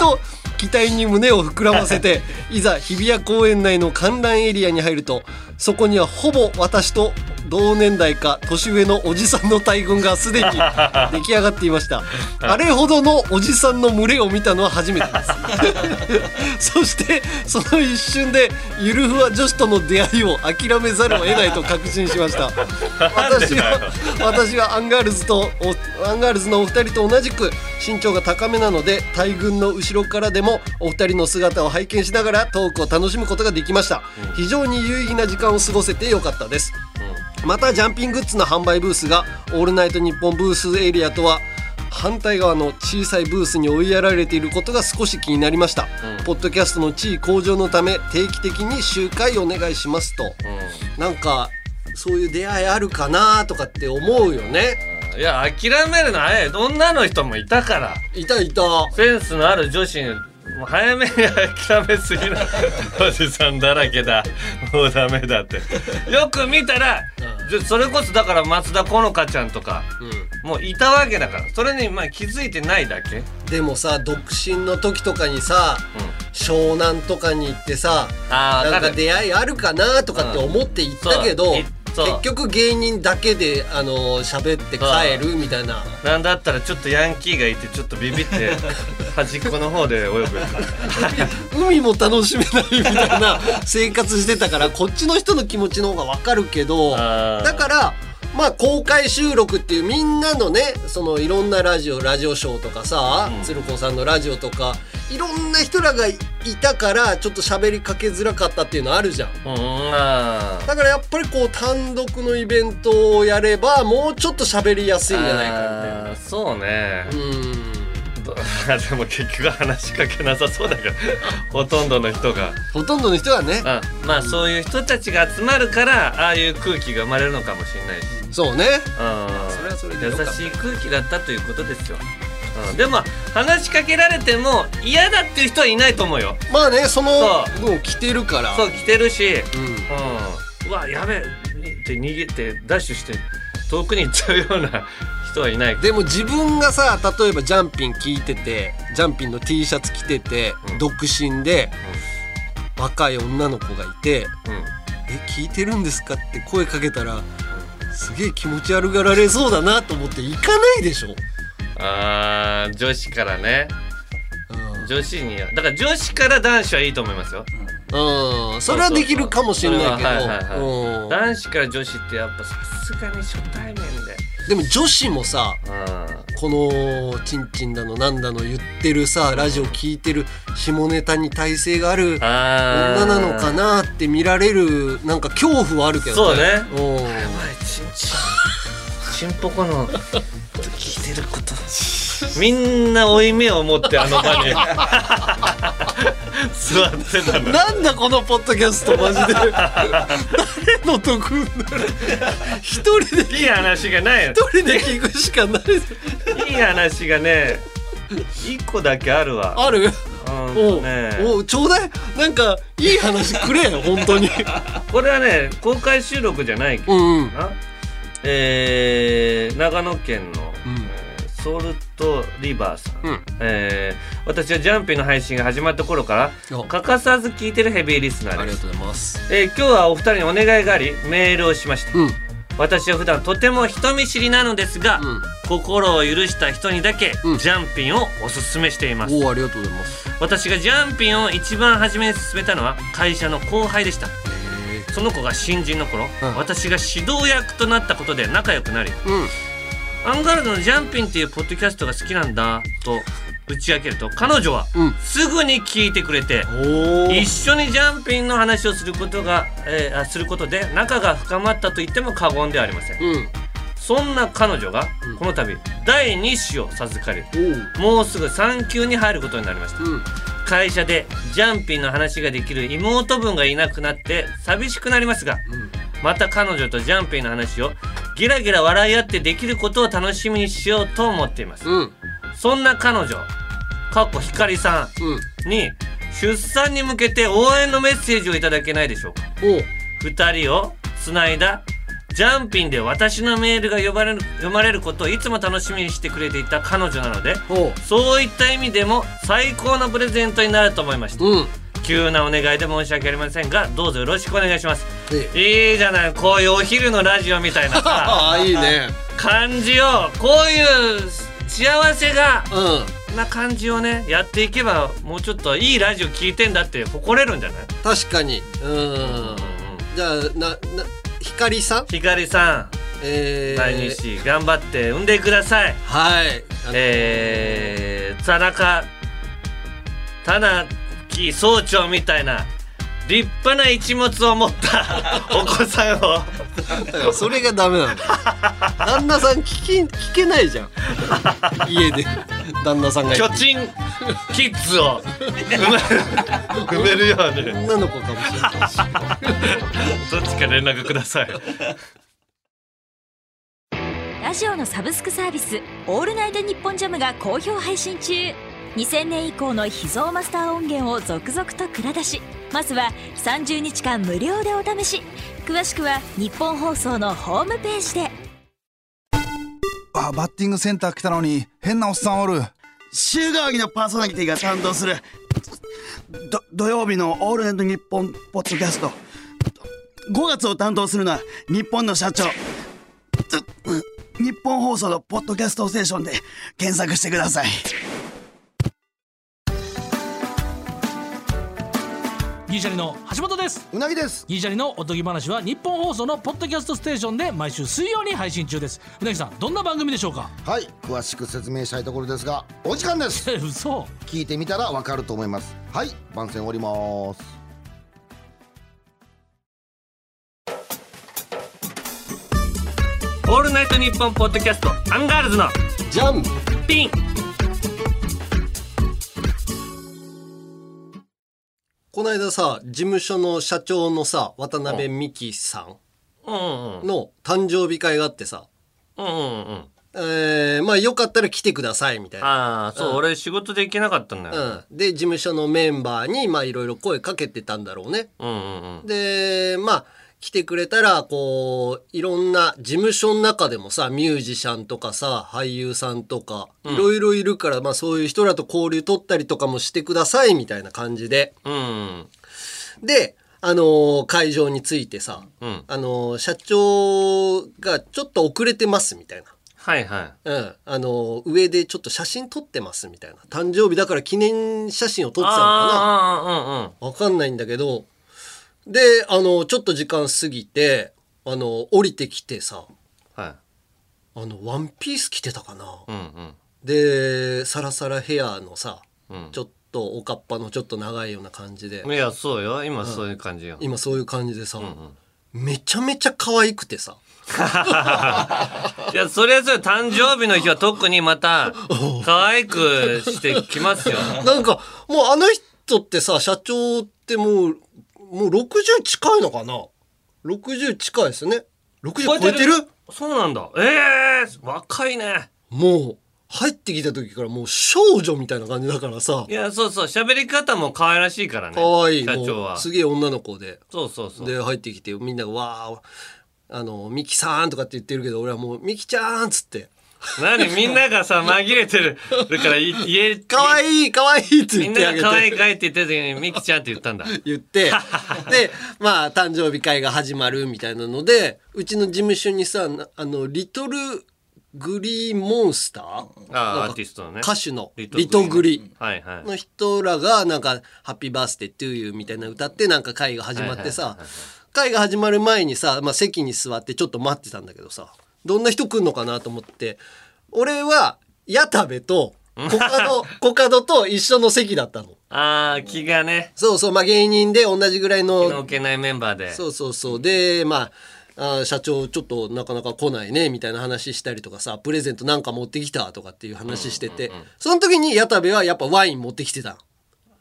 Speaker 2: と期待に胸を膨らませていざ日比谷公園内の観覧エリアに入るとそこにはほぼ私と同年代か年上のおじさんの大群がすでに出来上がっていましたあれほどのおじさんの群れを見たのは初めてです そしてその一瞬でゆるふわ女子との出会いを諦めざるを得ないと確信しました私は私はアンガールズとおアンガールズのお二人と同じく身長が高めなので大群の後ろからでもお二人の姿を拝見しながらトークを楽しむことができました非常に有意義な時間を過ごせてよかったですまたジャンピングッズの販売ブースが「オールナイトニッポン」ブースエリアとは反対側の小さいブースに追いやられていることが少し気になりました、
Speaker 1: うん
Speaker 2: ポッドキャストの地位向上のため定期的に集会お願いしますと
Speaker 1: うん、うん
Speaker 2: なんかそういう出会いあるかなとかって思うよね
Speaker 1: いや諦めるの早い女の人もいたから
Speaker 2: いたいた
Speaker 1: センスのある女子にもう早めに諦めすぎ なおじさんだらけだもうダメだってよく見たらじゃそれこそだから松田好花ちゃんとか
Speaker 2: う
Speaker 1: もういたわけだからそれにまあ気づいてないだけ、うん、
Speaker 2: んでもさ独身の時とかにさ湘南とかに行ってさ
Speaker 1: ああ
Speaker 2: な
Speaker 1: だ
Speaker 2: ん
Speaker 1: か
Speaker 2: から出会いあるかなとかって思って行ったけど、
Speaker 1: そういそう
Speaker 2: 結局芸人だけであの喋って帰るみたいな
Speaker 1: なんだったらちょっとヤンキーがいてちょっとビビって 端っこの方で泳ぐ
Speaker 2: 海も楽しめないみたい な生活してたからこっちの人の気持ちの方が分かるけど
Speaker 1: あー
Speaker 2: だからまあ公開収録っていうみんなのねそのいろんなラジオラジオショーとかさ、
Speaker 1: うん
Speaker 2: 鶴子さんのラジオとかいろんな人らがいたからちょっと喋りかけづらかったっていうのあるじゃん。
Speaker 1: うんあー
Speaker 2: だからやっぱりこう単独のイベントをやればもうちょっと喋りやすいんじゃないか
Speaker 1: あーそうね
Speaker 2: みたいな。うん
Speaker 1: ど でも結局話しかけなさそうだけどほとんどの人が
Speaker 2: ほとんどの人はね
Speaker 1: あまあそういう人たちが集まるからああいう空気が生まれるのかもしれないし
Speaker 2: そうね
Speaker 1: うん
Speaker 2: それはそれで
Speaker 1: 優
Speaker 2: よかった
Speaker 1: しい空気だったということですよ、うん、でも話しかけられても嫌だっていう人はいないと思うよ
Speaker 2: まあねその
Speaker 1: そ
Speaker 2: もう着てるから
Speaker 1: そう来てるし
Speaker 2: うん
Speaker 1: うん、うわやべえって逃げてダッシュして遠くに行っちゃうような人はいない
Speaker 2: でも自分がさ例えばジャンピン聞いててジャンピンの T シャツ着てて、
Speaker 1: うん
Speaker 2: 独身で、若い女の子がいて「え聞いてるんですか?」って声かけたらすげえ気持ち悪がられそうだなと思って行かないでしょ。
Speaker 1: うん、あー女子からね
Speaker 2: うん
Speaker 1: 女子にだから女子から男子はいいと思いますよ
Speaker 2: うん、それはできるかもしれないけ
Speaker 1: そうそうそうそれははいはい
Speaker 2: どうん
Speaker 1: 男子から女子ってやっぱさすがに初対面で
Speaker 2: でも女子もさ
Speaker 1: う
Speaker 2: この「チンチンだのなんだの」言ってるさラジオ聞いてる下ネタに耐性がある
Speaker 1: んあー
Speaker 2: 女なのかなって見られるなんか恐怖はあるけどそうね
Speaker 1: やばいちんちんちんぽこ の聞いてることみんな負い目を持ってあの場に 座ってた
Speaker 2: う
Speaker 1: の
Speaker 2: んなんだこのポッドキャストマジで誰の得になる一人で
Speaker 1: いい話がないよ
Speaker 2: 一人で聞くしかな
Speaker 1: い
Speaker 2: い
Speaker 1: い話がね一個だけあるわ
Speaker 2: あ
Speaker 1: う
Speaker 2: る
Speaker 1: ん
Speaker 2: お
Speaker 1: と
Speaker 2: う
Speaker 1: ね
Speaker 2: おうちょうだいなんかいい話くれよ本当に
Speaker 1: これはね公開収録じゃないけ
Speaker 2: う
Speaker 1: ど
Speaker 2: んうん
Speaker 1: な、えー長野県の、
Speaker 2: うん
Speaker 1: えーソルトリバーさん、
Speaker 2: うん
Speaker 1: えー私はジャンピーの配信が始まった頃から欠かさず聞いてるヘビーリスナー
Speaker 2: あ
Speaker 1: で
Speaker 2: り
Speaker 1: す
Speaker 2: がとうございます
Speaker 1: えー今日はお二人にお願いがありメールをしました
Speaker 2: うんうん
Speaker 1: 私は普段とても人見知りなのですが、心を許した人にだけ
Speaker 2: うん
Speaker 1: ジャンピンをおすすめしています、
Speaker 2: おうありがとうございます
Speaker 1: 私がジャンピンを一番初めに勧めたのは会社の後輩でした
Speaker 2: へ
Speaker 1: その子が新人の頃、
Speaker 2: うん
Speaker 1: 私が指導役となったことで仲良くなり
Speaker 2: えうん
Speaker 1: アンガールズのジャンピンっていうポッドキャストが好きなんだと打ち明けると彼女は
Speaker 2: うん
Speaker 1: すぐに聞いてくれて
Speaker 2: お
Speaker 1: 一緒にジャンピンの話をすることが、えーあすることで仲が深まったと言っても過言ではありません
Speaker 2: うん
Speaker 1: そんな彼女が
Speaker 2: うん
Speaker 1: この度第2子を授かり
Speaker 2: おう
Speaker 1: もうすぐ産休に入ることになりました
Speaker 2: うん
Speaker 1: 会社でジャンピンの話ができる妹分がいなくなって寂しくなりますが
Speaker 2: うん
Speaker 1: また彼女とジャンピンの話をギラギラ笑い合ってできることを楽しみにしようと思っています
Speaker 2: うん
Speaker 1: そんな彼女かっこひかりさ
Speaker 2: うん
Speaker 1: んに出産に向けて応援のメッセージをいただけないでしょうか
Speaker 2: おう
Speaker 1: 2人をつないだジャンピンで私のメールが呼ばれる読まれることをいつも楽しみにしてくれていた彼女なので
Speaker 2: おう
Speaker 1: そういった意味でも最高のプレゼントになると思いました
Speaker 2: うん
Speaker 1: 急なお願いで申し訳ありませんがどうぞよろしくお願いします
Speaker 2: ええ
Speaker 1: いいじゃないこういうお昼のラジオみたいなさ
Speaker 2: ああいいね
Speaker 1: 感じをこういう幸せが
Speaker 2: うん
Speaker 1: な感じをねやっていけばもうちょっといいラジオ聞いてんだって誇れるんじゃない
Speaker 2: 確かにうん
Speaker 1: う
Speaker 2: じゃあなな光さん
Speaker 1: んひかりさん
Speaker 2: えー、
Speaker 1: 第2子頑張って産んでください
Speaker 2: はいあの
Speaker 1: えー、田中田中総長みたいな立派な一物を持った お子さんを
Speaker 2: だからそれがダメなんだよ旦那さん聞き聞けないじゃん家で旦那さんがいて
Speaker 1: 巨人キッズを埋める埋めるように
Speaker 2: 女の子かもしれないし
Speaker 1: どっちか連絡ください
Speaker 3: ラジオのサブスクサービス「オールナイトニッポンジャム」が好評配信中2000年以降の秘蔵マスター音源を続々と蔵出しまずは30日間無料でお試し詳しくは日本放送のホームページで
Speaker 4: あバッティングセンター来たのに変なおっさんおる
Speaker 5: 週替わりのパーソナリティが担当するど土曜日の「オールナイトニッポン」ポッドキャスト5月を担当するのは日本の社長うう日本放送のポッドキャストステーションで検索してください
Speaker 6: ギリシャリの橋本です
Speaker 7: うなぎです
Speaker 6: ギリシャリのおとぎ話は日本放送のポッドキャストステーションで毎週水曜に配信中ですうなぎさんどんな番組でしょうか
Speaker 7: はい詳しく説明したいところですがお時間です
Speaker 6: え嘘
Speaker 7: 聞いてみたらわかると思いますはい番宣終わります
Speaker 1: オールナイトニッポンポッドキャストアンガールズの
Speaker 2: じゃん
Speaker 1: ピン
Speaker 2: この間さ事務所の社長のさ渡辺美樹さ
Speaker 1: うんうん
Speaker 2: んの誕生日会があってさ、
Speaker 1: うんうんうん
Speaker 2: えー、まあよかったら来てくださいみたいな。
Speaker 1: ああそう、俺仕事で行けなかったんだよ、
Speaker 2: うん、で事務所のメンバーにまあいろいろ声かけてたんだろうね。
Speaker 1: うん、うんうん
Speaker 2: でまあ来てくれたらこういろんな事務所の中でもさミュージシャンとかさ俳優さんとかいろいろいるから、まあそういう人らと交流取ったりとかもしてくださいみたいな感じで。
Speaker 1: うん
Speaker 2: で、あのー会場に着いてさ、
Speaker 1: うん
Speaker 2: あのー社長がちょっと遅れてますみたいな。
Speaker 1: はいはい
Speaker 2: うん、あの上でちょっと写真撮ってますみたいな誕生日だから記念写真を撮ってたのか
Speaker 1: あ
Speaker 2: なわかんないんだけどであのちょっと時間過ぎてあの降りてきてさ
Speaker 1: あうんうんはい
Speaker 2: あのワンピース着てたかな、
Speaker 1: うんうん
Speaker 2: でサラサラヘアのさ、
Speaker 1: うん
Speaker 2: ちょっとおかっぱのちょっと長いような感じで
Speaker 1: いやそうよ今そういう感じよ、
Speaker 2: 今そういう感じでさ、めちゃめちゃ可愛くてさ
Speaker 1: いやそりゃそうよ誕生日の日は特にまた可愛くしてきますよ
Speaker 2: なんかもうあの人ってさ社長ってもうもう60近いのかな60近いですよね60超えてる
Speaker 1: そうなんだええー、若いね
Speaker 2: もう入ってきた時からもう少女みたいな感じだからさ
Speaker 1: いやそうそう喋り方も可愛らしいからね
Speaker 2: 可愛い
Speaker 1: 社長
Speaker 2: も
Speaker 1: は
Speaker 2: うすげえ女の子で
Speaker 1: そうそうそう
Speaker 2: で入ってきてみんなが「わーあのミキさん」とかって言ってるけど俺はもう「ミキちゃん」っつって
Speaker 1: 何みんながさ紛れてるだから い言え
Speaker 2: 「かわ
Speaker 1: い
Speaker 2: いいかわいい」って
Speaker 1: み
Speaker 2: 言
Speaker 1: ん
Speaker 2: って
Speaker 1: な
Speaker 2: あ
Speaker 1: が
Speaker 2: げ
Speaker 1: 可愛い
Speaker 2: て
Speaker 1: 可愛いって言ってる時にミキちゃんって言ったんだ
Speaker 2: 言って でまあ誕生日会が始まるみたいなのでうちの事務所にさなあのリトルグリーンモンスター
Speaker 1: ああ
Speaker 2: なんか
Speaker 1: アーティストのね
Speaker 2: 歌手の
Speaker 1: リ
Speaker 2: リ
Speaker 1: トグリ
Speaker 2: トグリ
Speaker 1: はいはい
Speaker 2: の人らがなんか「ハッピーバースデートゥーユー」みたいなの歌ってなんか会が始まって
Speaker 1: はい
Speaker 2: さ
Speaker 1: はいはい
Speaker 2: 会が始まる前にさ、まあ、席に座ってちょっと待ってたんだけどさどんな人来んのかなと思って俺は矢田 部とコカドコカドと一緒の席だったの。
Speaker 1: ああ気がね
Speaker 2: そうそう、まあ、芸人で同じぐらい
Speaker 1: 気の
Speaker 2: の
Speaker 1: 置けないメンバーで
Speaker 2: そうそうそうでまああー社長ちょっとなかなか来ないねみたいな話したりとかさプレゼントなんか持ってきたとかっていう話してて、その時に矢田部はやっぱワイン持ってきてた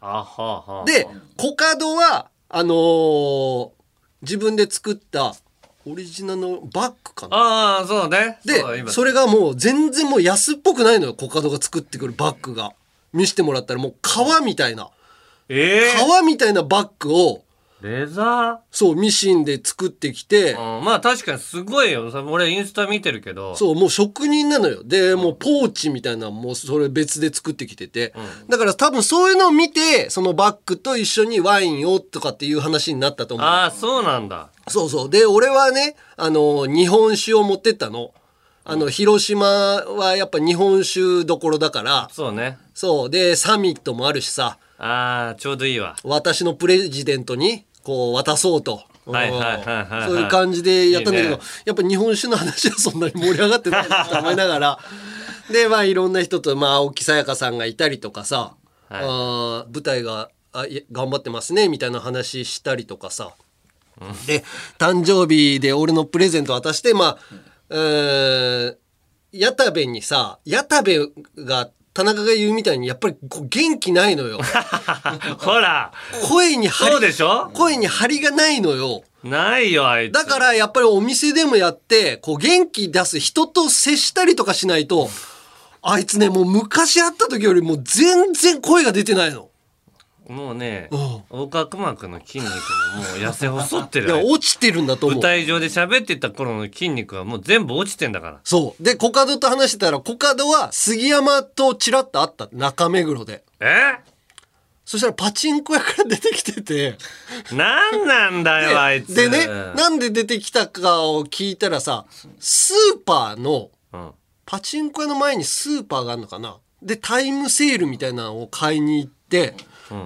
Speaker 1: あはあはあ
Speaker 2: でコカドはあのー自分で作ったオリジナルのバッグかな
Speaker 1: ああそうねう
Speaker 2: で
Speaker 1: 今
Speaker 2: それがもう全然もう安っぽくないのよコカドが作ってくるバッグが見せてもらったらもう革みたいな
Speaker 1: ええ
Speaker 2: 革みたいなバッグを
Speaker 1: レザ
Speaker 2: そうミシンで作ってきて、
Speaker 1: ー、うん、まあ確かにすごいよさ俺インスタ見てるけど
Speaker 2: そう、もう職人なのよ。で、もうポーチみたいなのもうそれ別で作ってきてて。だから多分そういうのを見て、そのバッグと一緒にワインをとかっていう話になったと思う。
Speaker 1: ああそうなんだ
Speaker 2: そうそう。で、俺はね、あの、日本酒を持ってったの。あの、広島はやっぱ日本酒どころだから、
Speaker 1: そうね
Speaker 2: そう。で、サミットもあるしさ、
Speaker 1: ああちょうどいい わ
Speaker 2: 私のプレジデントに、こう、渡そうと。
Speaker 1: はいはいはいはいはい
Speaker 2: そういう感じでやったんだけど、
Speaker 1: いいね
Speaker 2: やっぱ日本酒の話はそんなに盛り上がってないなと思いな がら。で、まあいろんな人と、まあ青木さやかさんがいたりとかさ、
Speaker 1: はい
Speaker 2: あー舞台があいや頑張ってますねみたいな話したりとかさ。で、誕生日で俺のプレゼント渡して、まあ、うーん、矢田部にさ、矢田部が、田中が言うみたいにやっぱりこう元気ないのよ。
Speaker 1: ほら
Speaker 2: 声に張り、
Speaker 1: そうでしょ
Speaker 2: 声に張りがないのよ。
Speaker 1: ないよあいつ
Speaker 2: だからやっぱりお店でもやって、こう元気出す人と接したりとかしないと、あいつね、もう昔会った時よりもう全然声が出てないの。
Speaker 1: もうね
Speaker 2: うん
Speaker 1: 横隔膜の筋肉ももう痩せ細って
Speaker 2: い
Speaker 1: る
Speaker 2: や、
Speaker 1: あいつ
Speaker 2: 落ちてるんだと思
Speaker 1: 舞
Speaker 2: う。
Speaker 1: 台上で喋ってた頃の筋肉はもう全部落ちてんだから
Speaker 2: そう。で、コカドと話してたら、コカドは杉山とチラッと会った。中目黒で。
Speaker 1: え
Speaker 2: そしたらパチンコ屋から出てきてて
Speaker 1: なんなんだよ、あいつ。
Speaker 2: でねなんで出てきたかを聞いたらさスーパーの
Speaker 1: うん。
Speaker 2: パチンコ屋の前にスーパーがあるのかなでタイムセールみたいなのを買いに行って、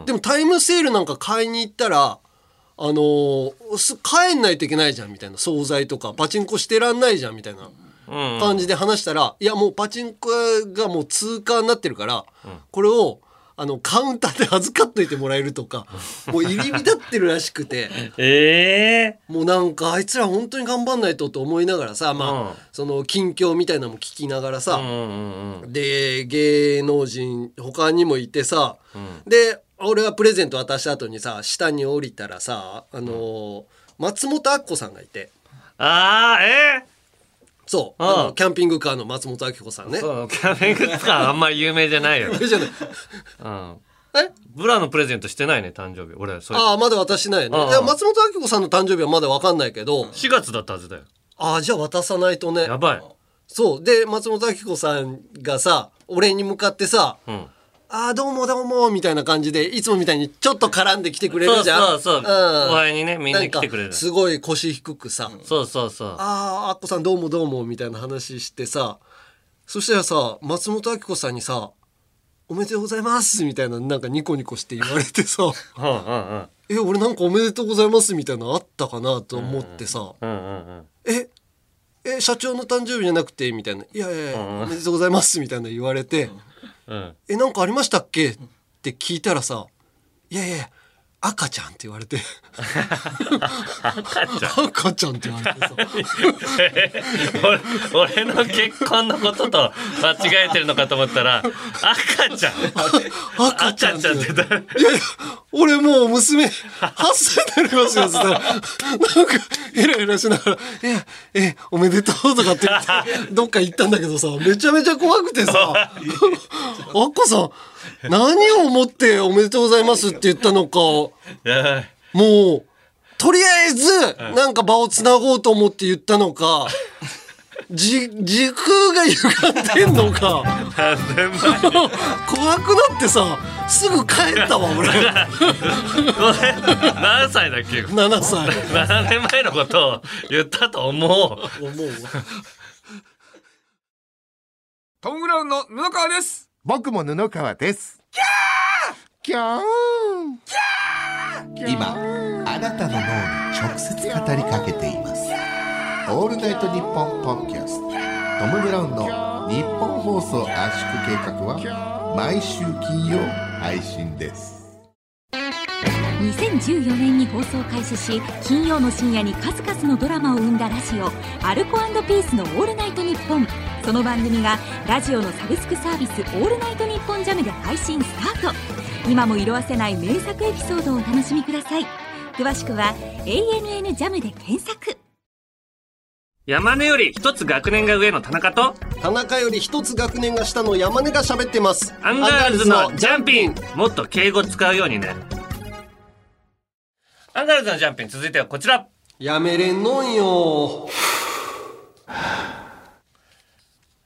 Speaker 2: でもタイムセールなんか買いに行ったらあのーす帰んないといけないじゃんみたいな惣菜とかパチンコしてらんないじゃんみたいな感じで話したら、いやもうパチンコ屋がもう通過になってるから、これをあのカウンターで預かっといてもらえる とかもう入り浸ってるらしくて。
Speaker 1: ええ
Speaker 2: もうなんかあいつら本当に頑張んないとと思いながらさ、まあ
Speaker 1: うん
Speaker 2: その近況みたいなのも聞きながらさ、
Speaker 1: うんうんうん。
Speaker 2: で芸能人他にもいてさ、で俺はプレゼント渡した後にさ下に降りたらさあのー松本明子さんがいて
Speaker 1: ああ、え
Speaker 2: そう
Speaker 1: ああ
Speaker 2: あのキャンピングカーの松本明子さんね
Speaker 1: ー、 そう、キャメグッズがあんまり有名じゃ ないよ。
Speaker 2: あれじゃない
Speaker 1: うん。
Speaker 2: え
Speaker 1: ブラのプレゼントしてないね、誕生日。俺、それ。
Speaker 2: ああまだ渡してないよね
Speaker 1: ああ
Speaker 2: いや松本明子さんの誕生日はまだわかんないけど
Speaker 1: 4月だったはずだよ。
Speaker 2: ああじゃあ渡さないとね
Speaker 1: やばい。
Speaker 2: そうで松本明子さんがさ俺に向かってさ「
Speaker 1: うん。
Speaker 2: ああどうもどうも」みたいな感じでいつもみたいにちょっと絡んできてくれ
Speaker 1: そ
Speaker 2: る
Speaker 1: う
Speaker 2: じゃん
Speaker 1: そうそう。
Speaker 2: ん
Speaker 1: 後輩にね、みんな
Speaker 2: なん
Speaker 1: 来
Speaker 2: か
Speaker 1: てくれる。
Speaker 2: すごい腰低くさ「
Speaker 1: そうそうそう。
Speaker 2: あーあっこさんどうもどうも」みたいな話してさそしたらさ松本明子さんにさ「おめでとうございます」みたいななんかニコニコして言われてさ
Speaker 1: うんうん
Speaker 2: 「え俺なんかおめでとうございます」みたいなのあったかなと思ってさ
Speaker 1: うん。うんうん
Speaker 2: 「ええ社長の誕生日じゃなくて」みたいな「いやいやいやおめでとうございます」みたいな言われて
Speaker 1: うん。うん。
Speaker 2: 「えなんかありましたっけ?」って聞いたらさ「いやいや赤ちゃん」って言われて
Speaker 1: 赤ちゃん。
Speaker 2: 赤ちゃんって言われてさ
Speaker 1: 俺俺の結婚のことと間違えてるのかと思ったら赤ちゃん
Speaker 2: 赤ちゃん
Speaker 1: 赤ちゃんって誰
Speaker 2: いやいや、俺もう娘、8歳になりますよ、つったら。なんか、ヘラヘラしながら、いや、え、おめでとうとかって言って、どっか行ったんだけどさ、めちゃめちゃ怖くてさ、あっこさん、何を思っておめでとうございますって言ったのか、も、
Speaker 1: やばいう
Speaker 2: とりあえず、なんか場をつなごうと思って言ったのか、じ、時空が歪んでんのか。
Speaker 1: 何年前
Speaker 2: 怖くなってさすぐ帰ったわ 俺
Speaker 1: 俺何歳だっけ
Speaker 2: 7歳
Speaker 1: 7年前のことを言ったと思う
Speaker 2: 思うわ
Speaker 8: トム・ブラウンの布川です
Speaker 9: 僕も布川です。キャーキャー
Speaker 10: 今あなたの脳に直接語りかけています「オールナイトニッポン」ポッドキャストトム・ブラウンの日本放送圧縮計画は毎週金曜配信です
Speaker 3: 2014年に放送開始し金曜の深夜に数々のドラマを生んだラジオ「アルコピースのオールナイトニッポン」その番組がラジオのサブスクサービス「オールナイトニッポンジャムで配信スタート今も色あせない名作エピソードをお楽しみください詳しくは「ANN ジャムで検索
Speaker 1: 山根より一つ学年が上の田中と
Speaker 2: 田中より一つ学年が下の山根が喋ってます
Speaker 1: アンガールズのジャンピンもっと敬語使うようにねアンガールズのジャンピン続いてはこちら
Speaker 2: やめれんのんよ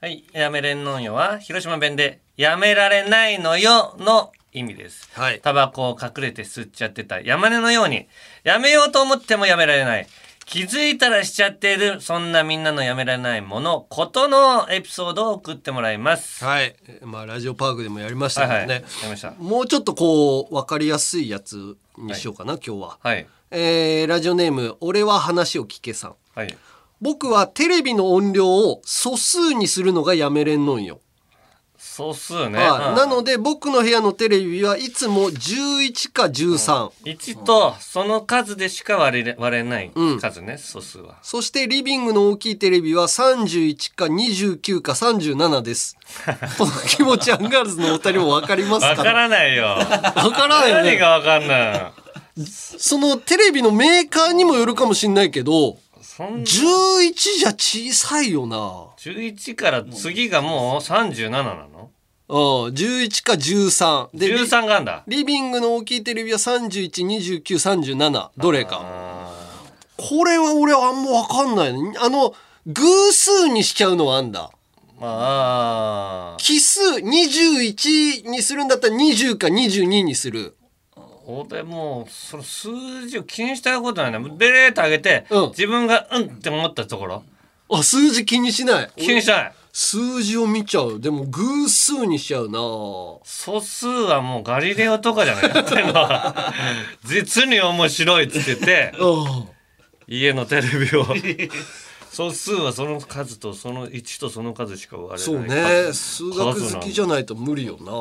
Speaker 1: はい、やめれんのんよは、広島弁で、やめられないのよの意味です。
Speaker 2: はい
Speaker 1: タバコを隠れて吸っちゃってた山根のように、やめようと思ってもやめられない。気づいたらしちゃっている、そんなみんなのやめられないもの、ことのエピソードを送ってもらいます。
Speaker 2: はいまあラジオパークでもやりまし
Speaker 1: は
Speaker 2: た
Speaker 1: いはい、
Speaker 2: けどね、
Speaker 1: やりました。
Speaker 2: もうちょっとこう分かりやすいやつにしようかな、今日は、
Speaker 1: はい。
Speaker 2: えーラジオネーム「俺は話を聞け」さん
Speaker 1: はい。
Speaker 2: 僕はテレビの音量を素数にするのがやめれんのんよ
Speaker 1: 素数ね。
Speaker 2: はい、なの
Speaker 1: で、
Speaker 2: で僕の部屋のテレビはいつも11か13、
Speaker 1: 1とその数でしか割れ割れない
Speaker 2: うん
Speaker 1: 数ね、素数は。
Speaker 2: そしてリビングの大きいテレビは31か29か37です。 この気持ちアンガールズのお二人もわかります
Speaker 1: わ
Speaker 2: か
Speaker 1: からないよ。
Speaker 2: わからんよ
Speaker 1: 何
Speaker 2: ね。
Speaker 1: がわかんない の
Speaker 2: そのテレビのメーカーにもよるかもしんないけど、
Speaker 1: そんな
Speaker 2: 11じゃ小さいよな。
Speaker 1: 11から次がもう37なの
Speaker 2: うん、11か13。で、リ
Speaker 1: ?13 があんだ。
Speaker 2: リビングの大きいテレビは31、29、37。どれか。これは俺はあんまわかんないね。あの、偶数にしちゃうのはあんだ。
Speaker 1: まあ、
Speaker 2: 奇数21にするんだったら20か22にする。
Speaker 1: これもうその数字を気にしたことないねベレーと上げて、
Speaker 2: うん
Speaker 1: 自分がうんって思ったところ
Speaker 2: あ数字気にしない
Speaker 1: 気にしない
Speaker 2: 数字を見ちゃうでも偶数にしちゃうな
Speaker 1: 素数はもうガリレオとかじゃないやってんの は実に面白いっつってて
Speaker 2: あ
Speaker 1: 家のテレビ を素数はその数とその1とその数しか割
Speaker 2: そ
Speaker 1: れ
Speaker 2: う
Speaker 1: ない
Speaker 2: ね数学好きじゃ
Speaker 1: ん
Speaker 2: ないと無理よな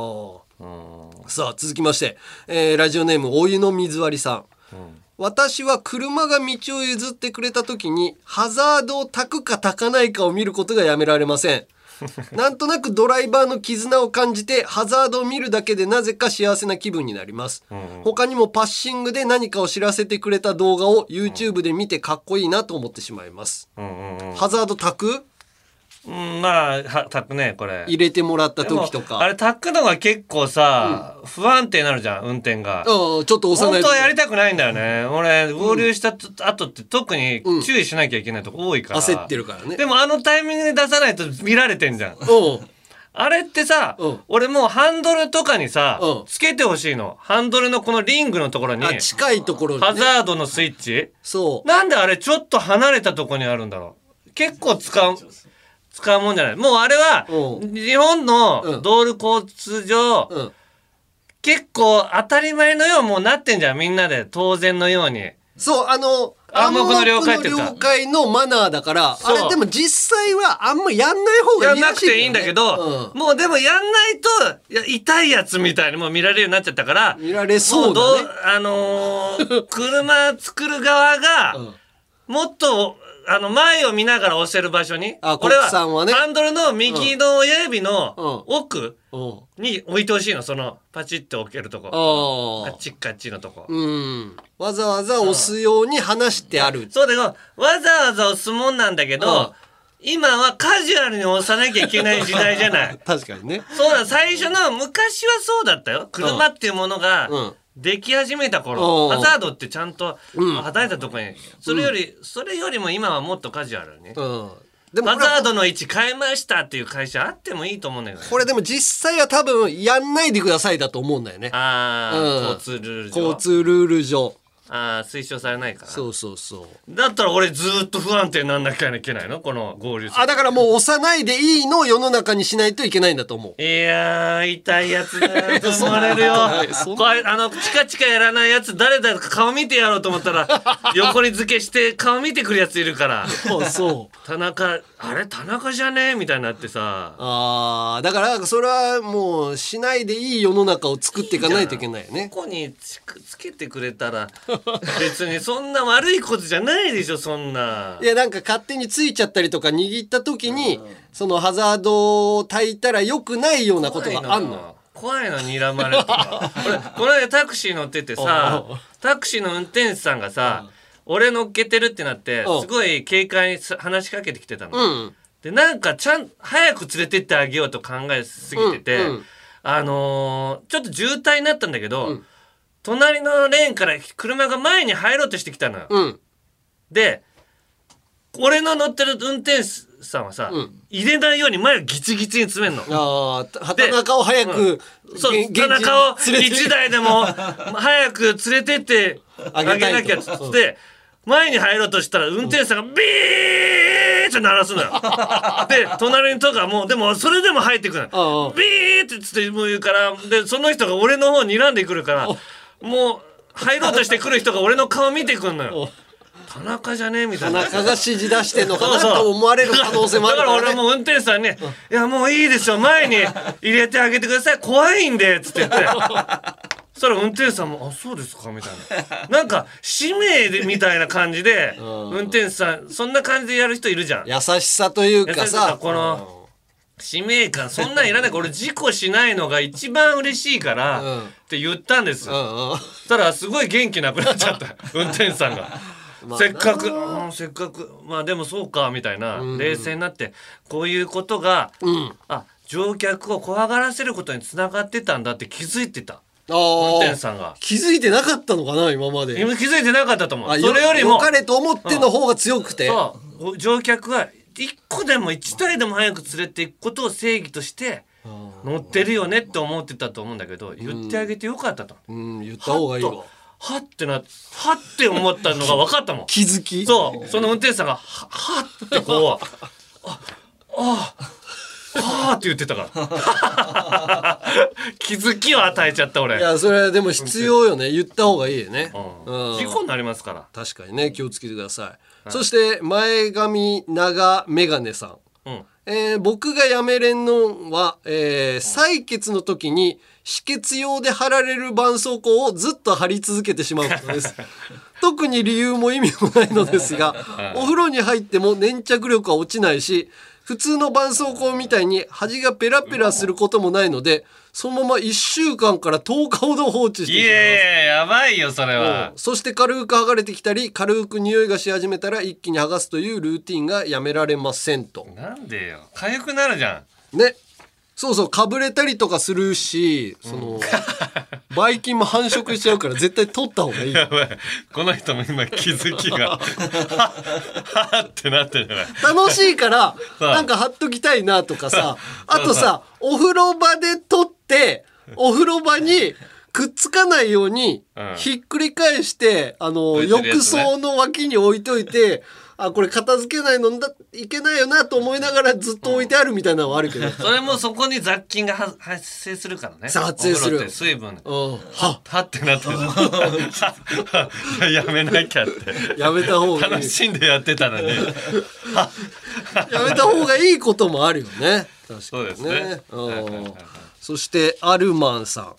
Speaker 1: うん
Speaker 2: さあ続きまして、えーラジオネームお湯の水割りさん、
Speaker 1: ん
Speaker 2: 私は車が道を譲ってくれた時にハザードを焚くか焚かないかを見ることがやめられませ んなんとなくドライバーの絆を感じてハザードを見るだけでなぜか幸せな気分になります、他にもパッシングで何かを知らせてくれた動画を YouTube で見てかっこいいなと思ってしまいます、
Speaker 1: うんうん
Speaker 2: ハザード焚く
Speaker 1: うんまあはたくねこれ
Speaker 2: 入れてもらった
Speaker 1: でも
Speaker 2: 時とか
Speaker 1: あれタックのが結構さ、不安定になるじゃん運転が
Speaker 2: うんちょっと押さな
Speaker 1: 本
Speaker 2: い
Speaker 1: 当
Speaker 2: と
Speaker 1: はやりたくないんだよね俺合流したと後って特に注意しなきゃいけないとこ多いから、
Speaker 2: 焦ってるからね
Speaker 1: でもあのタイミングで出さないと見られてんじゃん
Speaker 2: うん
Speaker 1: あれってさ、
Speaker 2: うん
Speaker 1: 俺もうハンドルとかにさ、
Speaker 2: うん
Speaker 1: つけてほしいのハンドルのこのリングのところに
Speaker 2: あ
Speaker 1: ハ
Speaker 2: 近いところに、ね、
Speaker 1: ザードのスイッチ
Speaker 2: そう
Speaker 1: なんであれちょっと離れたとこにあるんだろう結構使う使うもんじゃないもうあれは
Speaker 2: う
Speaker 1: 日本
Speaker 2: うん
Speaker 1: の道路交通上、
Speaker 2: うん
Speaker 1: 結構当たり前のようにもうなってんじゃんみんなで当然のように
Speaker 2: そう、あの、
Speaker 1: 暗黙の了解って言った
Speaker 2: 暗黙の了解のマナーだから、あ
Speaker 1: そう
Speaker 2: れでも実際はあんまやんない方が
Speaker 1: や
Speaker 2: い
Speaker 1: ん
Speaker 2: いら
Speaker 1: なく
Speaker 2: しいよね、
Speaker 1: ていいんだけど、もうでもやんないといや痛いやつみたいにもう見られるようになっちゃったから
Speaker 2: 見られそうだね
Speaker 1: もどあの ー車作る側が、
Speaker 2: うん
Speaker 1: もっとあの前を見ながら押せる場所に
Speaker 2: あ
Speaker 1: これ
Speaker 2: 国産はね
Speaker 1: ハンドルの右の親指
Speaker 2: うん
Speaker 1: の奥
Speaker 2: うん。うん。
Speaker 1: に置いてほしいのそのパチッて置けるとこ
Speaker 2: あ
Speaker 1: カ
Speaker 2: あ。
Speaker 1: チッカチッのとこ。
Speaker 2: うん。わざわざ押すように話してある。
Speaker 1: そうだよ。わざわざ押すもんなんだけ
Speaker 2: うん。
Speaker 1: ど、今はカジュアルに押さなきゃいけない時代じゃない
Speaker 2: 確かにね。
Speaker 1: そうだ、最初の昔はそうだったよ。車っていうもの
Speaker 2: うん
Speaker 1: が、でき始めた
Speaker 2: う
Speaker 1: 頃、
Speaker 2: ん
Speaker 1: ハザードってちゃんと
Speaker 2: うん
Speaker 1: 働いたとこに、それより、それよりも今はもっとカジュアルに。
Speaker 2: うん。でも
Speaker 1: ハ
Speaker 2: これ
Speaker 1: ザードの位置変えましたっていう会社あってもいいと思うんだけどね。
Speaker 2: これでも実際は多分やんないでくださいだと思うんだよね。
Speaker 1: あ
Speaker 2: うん
Speaker 1: ー、交通ルール上。
Speaker 2: 交通ルール上。
Speaker 1: あー、推奨されないから。
Speaker 2: そうそうそう。
Speaker 1: だったら俺ずーっと不安定になんなきゃいけないのこの合流する
Speaker 2: あ、だからもう押さないでいいのを世の中にしないといけないんだと思う。
Speaker 1: いやー、痛いやつだと思われる よ。これ、あの、チカチカやらないやつ、誰だか顔見てやろうと思っ たら、横に付けして顔見てくるやついるから。
Speaker 2: そうそう。
Speaker 1: 田中、あれ田中じゃねえみたいになってさ。
Speaker 2: ああだからそれはもうしないでいい世の中を作っていかないといけないよね
Speaker 1: ここにつくつけてくれたら、別にそんな悪いことじゃないでしょ、そんな。
Speaker 2: いやなんか勝手についちゃったりとか握った時にそのハザードを焚いたら良くないようなことがあんのよ
Speaker 1: 怖いの睨まれるとか俺この間タクシー乗っててさタクシーの運転手さんがさ俺乗っけてるってなって
Speaker 2: うん
Speaker 1: すごい警戒にさ話しかけてきてたの、
Speaker 2: うん
Speaker 1: でなんかちゃん早く連れてってあげようと考えすぎてて、
Speaker 2: うんうん
Speaker 1: あのーちょっと渋滞になったんだけど、隣のレーンから車が前に入ろうとしてきたのよ、
Speaker 2: うん
Speaker 1: で俺の乗ってる運転手さんはさ、
Speaker 2: うん
Speaker 1: 入れないように前をギチギチに詰めんの。
Speaker 2: ああ畑中を早く
Speaker 1: そう、
Speaker 2: 現
Speaker 1: 田中を
Speaker 2: 現地に連れて
Speaker 1: 一台でも早く連れてって
Speaker 2: あ
Speaker 1: あ
Speaker 2: げ
Speaker 1: げ
Speaker 2: たいと
Speaker 1: なきゃっつって、前に入ろうとしたら運転手さんがビーって鳴らすの よ。で、隣の人がもう、でもそれでも入ってくる
Speaker 2: うんうん
Speaker 1: の。ビーってつってもう言うから、で、その人が俺の方に睨んでくるから、もう入ろうとしてくる人が俺の顔見てくんのよ。田中じゃねえみた
Speaker 2: 田
Speaker 1: いな。
Speaker 2: 中が指示出してんのかな
Speaker 1: そうそう
Speaker 2: と思われる可能性もある
Speaker 1: だから俺
Speaker 2: ね
Speaker 1: も運転手さんに「いやもういいですよ前に入れてあげてください怖いんで」っつっ て言ってそしたら運転手さんも「あそうですか」みたいななんか使命でみたいな感じで運転手さんそんな感じでやる人いるじゃん
Speaker 2: 優しさというか
Speaker 1: 優し
Speaker 2: さ
Speaker 1: さこの使命感そんなんいらない俺事故しないのが一番嬉しいから
Speaker 2: うん
Speaker 1: って言ったんです
Speaker 2: うんうん
Speaker 1: そしたらすごい元気なくなっちゃ った運転手さんが。せっかく、うんせっかくまあでもそうかみたいな、冷静になってこういうことが、あ乗客を怖がらせることにつながってたんだって気づいてた
Speaker 2: あー
Speaker 1: 運転手さんが
Speaker 2: 気づいてなかったのかな今まで
Speaker 1: 今気づいてなかったと思
Speaker 2: あ
Speaker 1: うそれより
Speaker 2: 良
Speaker 1: も
Speaker 2: かれと思っての方が強くて
Speaker 1: そう乗客が一個でも一台でも早く連れていくことを正義として乗ってるよねって思ってたと思うんだけど言ってあげてよかったと。
Speaker 2: うん、言った方がいいわ
Speaker 1: はっはってなはって思ったのが分かったもん
Speaker 2: 気づき
Speaker 1: そうその運転手さんがは はってこうああはあって言ってたから 気づきを与えちゃった俺、
Speaker 2: いうやそれはでも必要よね言った方がいいよね、
Speaker 1: ん、事故になりますから
Speaker 2: 確かにね気をつけてください、そして前髪長眼鏡さん、
Speaker 1: うん
Speaker 2: えー僕がやめれんのは、えー採血の時に止血用で貼られる絆創膏をずっと貼り続けてしまうことです 特に理由も意味もないのですがお風呂に入っても粘着力は落ちないし普通の絆創膏みたいに端がペラペラすることもないのでそのまま1週間から10日ほど放置して
Speaker 1: い
Speaker 2: しまい
Speaker 1: やい
Speaker 2: ます
Speaker 1: やいややばいよそれは
Speaker 2: そして軽く剥がれてきたり軽く匂いがし始めたら一気に剥がすというルーティンがやめられませんと
Speaker 1: なんでよ痒くなるじゃん
Speaker 2: ねそうそうかぶれたりとかするしその、ばい菌も繁殖しちゃうから絶対取った方 がいい
Speaker 1: やばいこの人も今気づき がはははってなってるじゃない
Speaker 2: 楽しいから
Speaker 1: そう
Speaker 2: なんか貼っときたいなとかさあとさお風呂場で取ってお風呂場にくっつかないように
Speaker 1: うん
Speaker 2: ひっくり返して、あの
Speaker 1: 置いてるや
Speaker 2: 浴
Speaker 1: つね
Speaker 2: 槽の脇に置いといてあこれ片付けないのだいけないよなと思いながらずっと置いてあるみたいなのは あるけど、うん、
Speaker 1: それもそこに雑菌がは発生するからね
Speaker 2: 発生する
Speaker 1: お風呂って水分
Speaker 2: は
Speaker 1: はってなってる やめなきゃって
Speaker 2: やめた方がい
Speaker 1: 楽
Speaker 2: い
Speaker 1: しんでやってた のに
Speaker 2: やめた方がいいこともあるよね確
Speaker 1: そうで
Speaker 2: か
Speaker 1: す
Speaker 2: に
Speaker 1: ね
Speaker 2: ね
Speaker 1: はいはいはい
Speaker 2: うんそしてアルマンさん。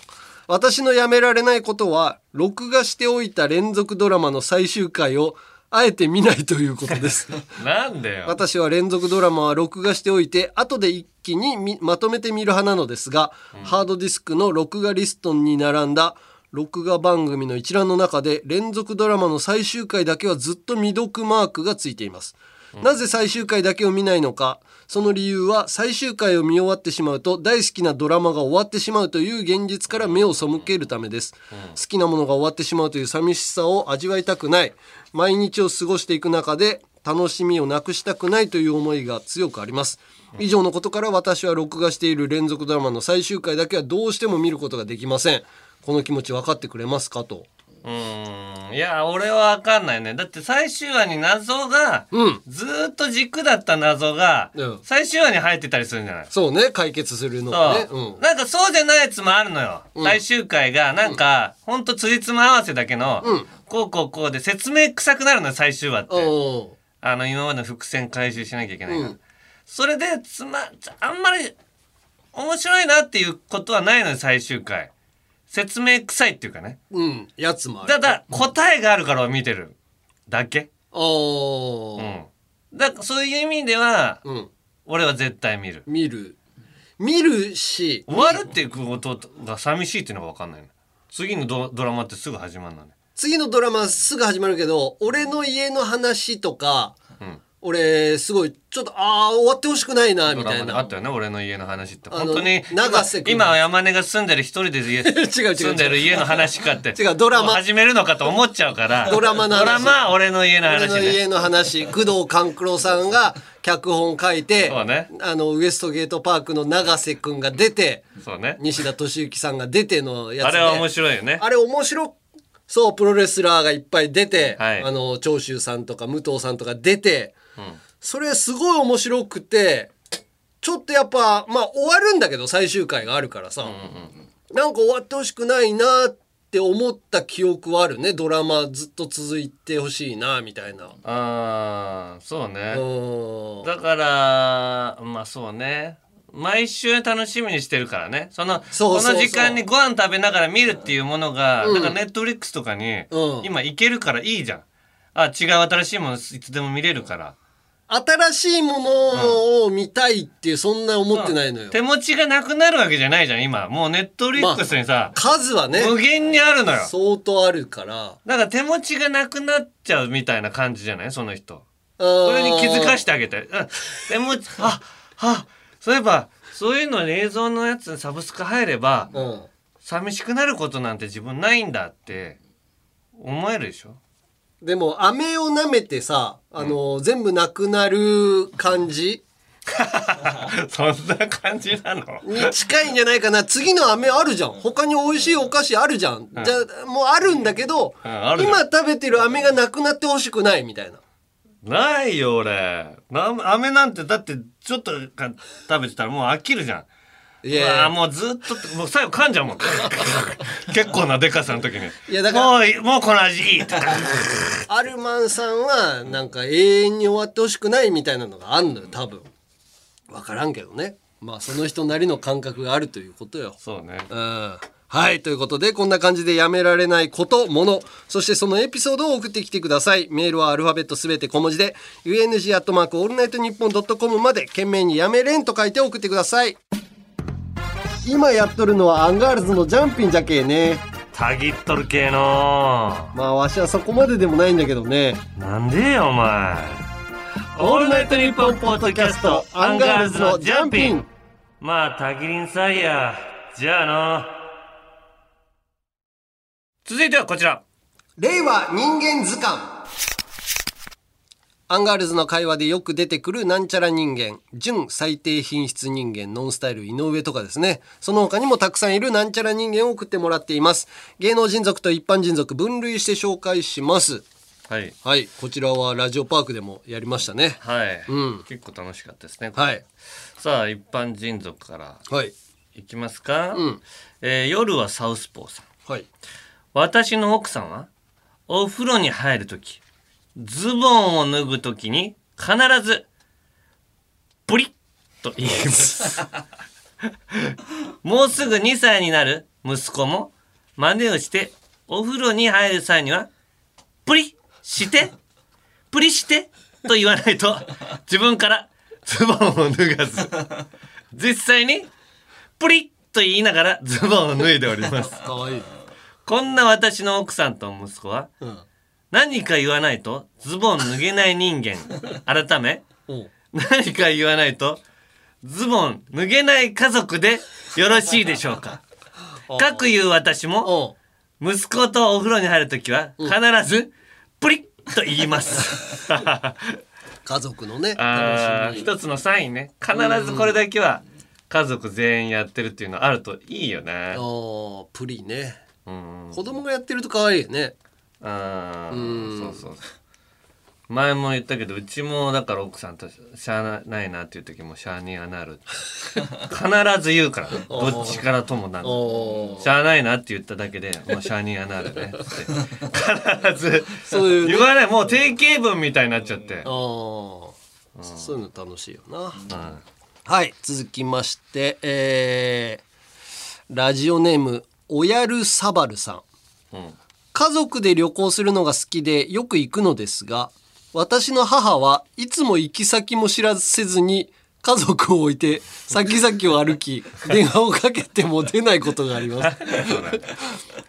Speaker 2: 私のやめられないことは、録画しておいた連続ドラマの最終回を、あえて見ないということです。
Speaker 1: なんでよ
Speaker 2: 私は連続ドラマは録画しておいて、後で一気に見まとめて見る派なのですが、ハードディスクの録画リストに並んだ、録画番組の一覧の中で、連続ドラマの最終回だけはずっと未読マークがついています。なぜ最終回だけを見ないのか、その理由は最終回を見終わってしまうと大好きなドラマが終わってしまうという現実から目を背けるためです。好きなものが終わってしまうという寂しさを味わいたくない。毎日を過ごしていく中で楽しみをなくしたくないという思いが強くあります。以上のことから私は録画している連続ドラマの最終回だけはどうしても見ることができません。この気持ち分かってくれますかと。
Speaker 1: うーんいや俺は分かんないねだって最終話に謎が、
Speaker 2: うん
Speaker 1: ずーっと軸だった謎が、
Speaker 2: うん
Speaker 1: 最終話に入ってたりするんじゃない
Speaker 2: そうね、解決するのがね。。
Speaker 1: そううんなんかそうじゃないやつもあるのよ、最終回がなんか、ほんとつじつま合わせだけの、
Speaker 2: うん
Speaker 1: こうこうこうで説明臭くなるのよ最終話って、
Speaker 2: うん
Speaker 1: あの今までの伏線回収しなきゃいけないから、
Speaker 2: うん
Speaker 1: それでつまあんまり面白いなっていうことはないのよ最終回説明臭いっていうかね
Speaker 2: うん。やつもある。
Speaker 1: ただ答えがあるから見てるだけ
Speaker 2: あー
Speaker 1: うんだからそういう意味では、
Speaker 2: うん。
Speaker 1: 俺は絶対見る
Speaker 2: 見る見るし
Speaker 1: 終わるっていうことが寂しいっていうのが分かんないの次のドドラマってすぐ始まるのね
Speaker 2: 次のドラマすぐ始まるけど俺の家の話とか、
Speaker 1: ん
Speaker 2: 俺すごいちょっとああ終わってほしくないなみ
Speaker 1: ド
Speaker 2: た
Speaker 1: ラ
Speaker 2: い
Speaker 1: マであ
Speaker 2: な
Speaker 1: ったよね俺の家の話って
Speaker 2: あの
Speaker 1: 本当に
Speaker 2: 永瀬君
Speaker 1: 今今山根が住んでる一人で家
Speaker 2: 違う違う
Speaker 1: 住んでる家の話かって
Speaker 2: 違うドラマ
Speaker 1: も始めるのかと思っちゃうから
Speaker 2: ドラマの話
Speaker 1: ドラマ俺の家の
Speaker 2: 俺
Speaker 1: 話
Speaker 2: の
Speaker 1: ね
Speaker 2: 家の話 工藤官九郎さんが脚本書いて
Speaker 1: そうね
Speaker 2: あのウエストゲートパークの永瀬くんが出て
Speaker 1: そうね
Speaker 2: 西田敏行さんが出てのやつで
Speaker 1: あれは面白いよね
Speaker 2: あれ面白そうプロレスラーがいっぱい出て、
Speaker 1: はい
Speaker 2: あの長州さんとか武藤さんとか出て、それすごい面白くてちょっとやっぱまあ終わるんだけど最終回があるからさ、なんか終わってほしくないなって思った記憶はあるねドラマずっと続いてほしいなみたいな。
Speaker 1: あーそうね
Speaker 2: うん
Speaker 1: だからまあそうね毎週楽しみにしてるからねその
Speaker 2: そうそうそう
Speaker 1: この時間にご飯食べながら見るっていうものが、だからネットフリックスとかに、
Speaker 2: うん
Speaker 1: 今行けるからいいじゃんあ違う新しいものいつでも見れるから
Speaker 2: 新しいものを見たいっていうそんな思ってないのよ。
Speaker 1: 手持ちがなくなるわけじゃないじゃん今もうネットフリックスにさ、
Speaker 2: 数はね
Speaker 1: 無限にあるのよ
Speaker 2: 相当あるから。
Speaker 1: だから手持ちがなくなっちゃうみたいな感じじゃないその人
Speaker 2: そ
Speaker 1: それに気づかしてあげてうん手持ちああそういえばそういうのに映像のやつにサブスク入れば、
Speaker 2: うん
Speaker 1: 寂しくなることなんて自分ないんだって思えるでしょ
Speaker 2: でも飴を舐めてさあの、全部なくなる感じ
Speaker 1: そんな感じなの
Speaker 2: 近いんじゃないかな次の飴あるじゃん他に美味しいお菓子あるじゃん、
Speaker 1: うん
Speaker 2: じゃあもうあるんだけど、
Speaker 1: うんあるじゃん
Speaker 2: 今食べてる飴がなくなってほしくないみたいな
Speaker 1: ないよ俺な飴なんてだってちょっとか食べてたらもう飽きるじゃん
Speaker 2: いやいうや
Speaker 1: わもうずっともう最後噛んじゃう もん結構なでかさの時に
Speaker 2: いやだから
Speaker 1: もういもうこの味いいって
Speaker 2: アルマンさんはなんか永遠に終わってほしくないみたいなのがあんのよ多分分からんけどねまあその人なりの感覚があるということよ
Speaker 1: そうね
Speaker 2: うんはい。ということで、こんな感じでやめられないこと、もの、そしてそのエピソードを送ってきてください。メールはアルファベットすべて小文字で、UNG アットマークオールナイトニッポンドットコムまで、懸命にやめれんと書いて送ってください。今やっとるのはアンガールズのジャンピンじゃけえね。
Speaker 1: たぎっとる系の
Speaker 2: まあ、わしはそこまででもないんだけどね。
Speaker 1: なんでよお前オールナイトニッポンポッドキャストアンガールズのジャンピンまあたぎりんさいやじゃあの続いてはこちら
Speaker 2: 令和人間図鑑アンガールズの会話でよく出てくるなんちゃら人間純最低品質人間ノンスタイル井上とかですねその他にもたくさんいるなんちゃら人間を送ってもらっています芸能人族と一般人族分類して紹介します
Speaker 1: はい
Speaker 2: はいこちらはラジオパークでもやりましたね
Speaker 1: はい、
Speaker 2: うん
Speaker 1: 結構楽しかったですね、
Speaker 2: はい
Speaker 1: さあ一般人族から
Speaker 2: はい
Speaker 1: いきますか、
Speaker 2: うん
Speaker 1: えー夜はサウスポーさん
Speaker 2: はい
Speaker 1: 私の奥さんはお風呂に入るときズボンを脱ぐときに必ずブリッと言いますもうすぐ2歳になる息子も真似をしてお風呂に入る際にはプリしてプリしてと言わないと自分からズボンを脱がず実際にプリと言いながらズボンを脱いでおります
Speaker 2: かわいい
Speaker 1: こんな私の奥さんと息子は、
Speaker 2: ん
Speaker 1: 何か言わないとズボン脱げない人 間改め
Speaker 2: おう
Speaker 1: 何か言わないとズボン脱げない家族でよろしいでしょう かかくいう私も
Speaker 2: おう
Speaker 1: 息子とお風呂に入るときは必ずプリッと言います あ
Speaker 2: 家族のね
Speaker 1: ー
Speaker 2: 楽しみ
Speaker 1: 一つのサインね必ずこれだけは家族全員やってるっていうのあるといいよね
Speaker 2: おープリね
Speaker 1: うん
Speaker 2: 子供がやってると可愛いよね
Speaker 1: ああ
Speaker 2: うん
Speaker 1: そうそうそう前も言ったけどうちもだから奥さんとしゃあないなっていう時もしゃあにはなるって 必ず言うからどっちからともなる
Speaker 2: おー
Speaker 1: しゃあないなって言っただけでもうしゃあにはなるね って必ず
Speaker 2: そういうね
Speaker 1: 言わないもう定型文みたいになっちゃって
Speaker 2: ああ、そういうの楽しいよな。
Speaker 1: うん
Speaker 2: はい、続きまして、えーラジオネーム、おやるさばるさん。
Speaker 1: うん
Speaker 2: 家族で旅行するのが好きでよく行くのですが、私の母はいつも行き先も知らせずに、家族を置いて先々を歩 き電話をかけても出ないことがあります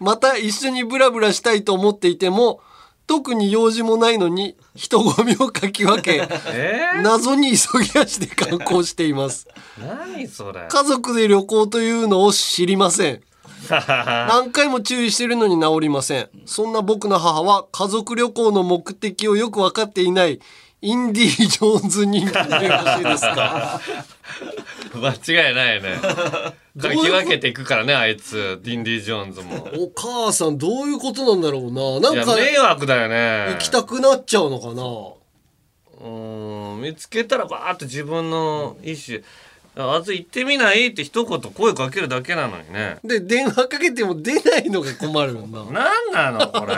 Speaker 2: また一緒にブラブラしたいと思っていても特に用事もないのに人混みをかき分け
Speaker 1: え
Speaker 2: 謎に急ぎ足で観光して います。
Speaker 1: ー、何それ
Speaker 2: 家族で旅行というのを知りま せん。何回も注意してるのに治りません。そんな僕の母は家族旅行の目的をよく分かっていないインディ・ジョーンズ人間でよろしいです か
Speaker 1: 間違いないね書き分けていくからねあいつディンディ・ジョーンズも
Speaker 2: お母さんどういうことなんだろうないな
Speaker 1: や
Speaker 2: んか
Speaker 1: 迷惑だよね
Speaker 2: 行きたくなっちゃうのかな
Speaker 1: うーん見つけたらバーって自分の意思「あず行ってみない?」って一言声かけるだけなのにね
Speaker 2: で電話かけても出ないのが困るもんな
Speaker 1: 何なのこれ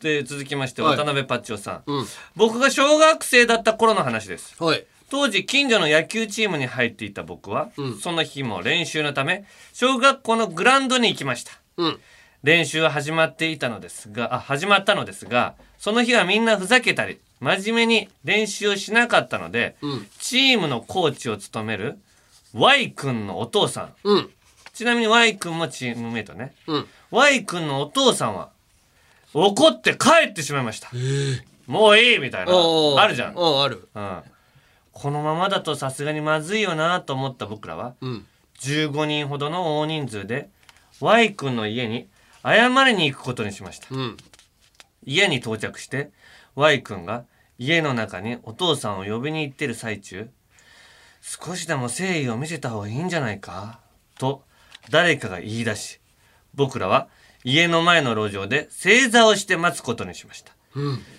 Speaker 1: で続きまして
Speaker 2: はい
Speaker 1: 渡辺パッチョさん、
Speaker 2: うん
Speaker 1: 僕が小学生だった頃の話です
Speaker 2: はい
Speaker 1: 当時近所の野球チームに入っていた僕は、
Speaker 2: うん
Speaker 1: その日も練習のため小学校のグラウンドに行きました
Speaker 2: うん
Speaker 1: 練習は始まっていたのですがあ始まったのですがその日はみんなふざけたり真面目に練習をしなかったので、
Speaker 2: うん
Speaker 1: チームのコーチを務める Y 君のお父さん
Speaker 2: うん
Speaker 1: ちなみに Y 君もチームメイトね、
Speaker 2: うん
Speaker 1: Y 君のお父さんは怒って帰ってしまいました、もういいみたいな
Speaker 2: ー
Speaker 1: あるじゃん、
Speaker 2: うんある
Speaker 1: うん、このままだとさすがにまずいよなと思った僕らは、
Speaker 2: うん
Speaker 1: 15人ほどの大人数で Y 君の家に謝りに行くことにしました
Speaker 2: うん
Speaker 1: 家に到着して Y 君が家の中にお父さんを呼びに行ってる最中少しでも誠意を見せた方がいいんじゃないかと誰かが言い出し僕らは家の前の路上で正座をして待つことにしました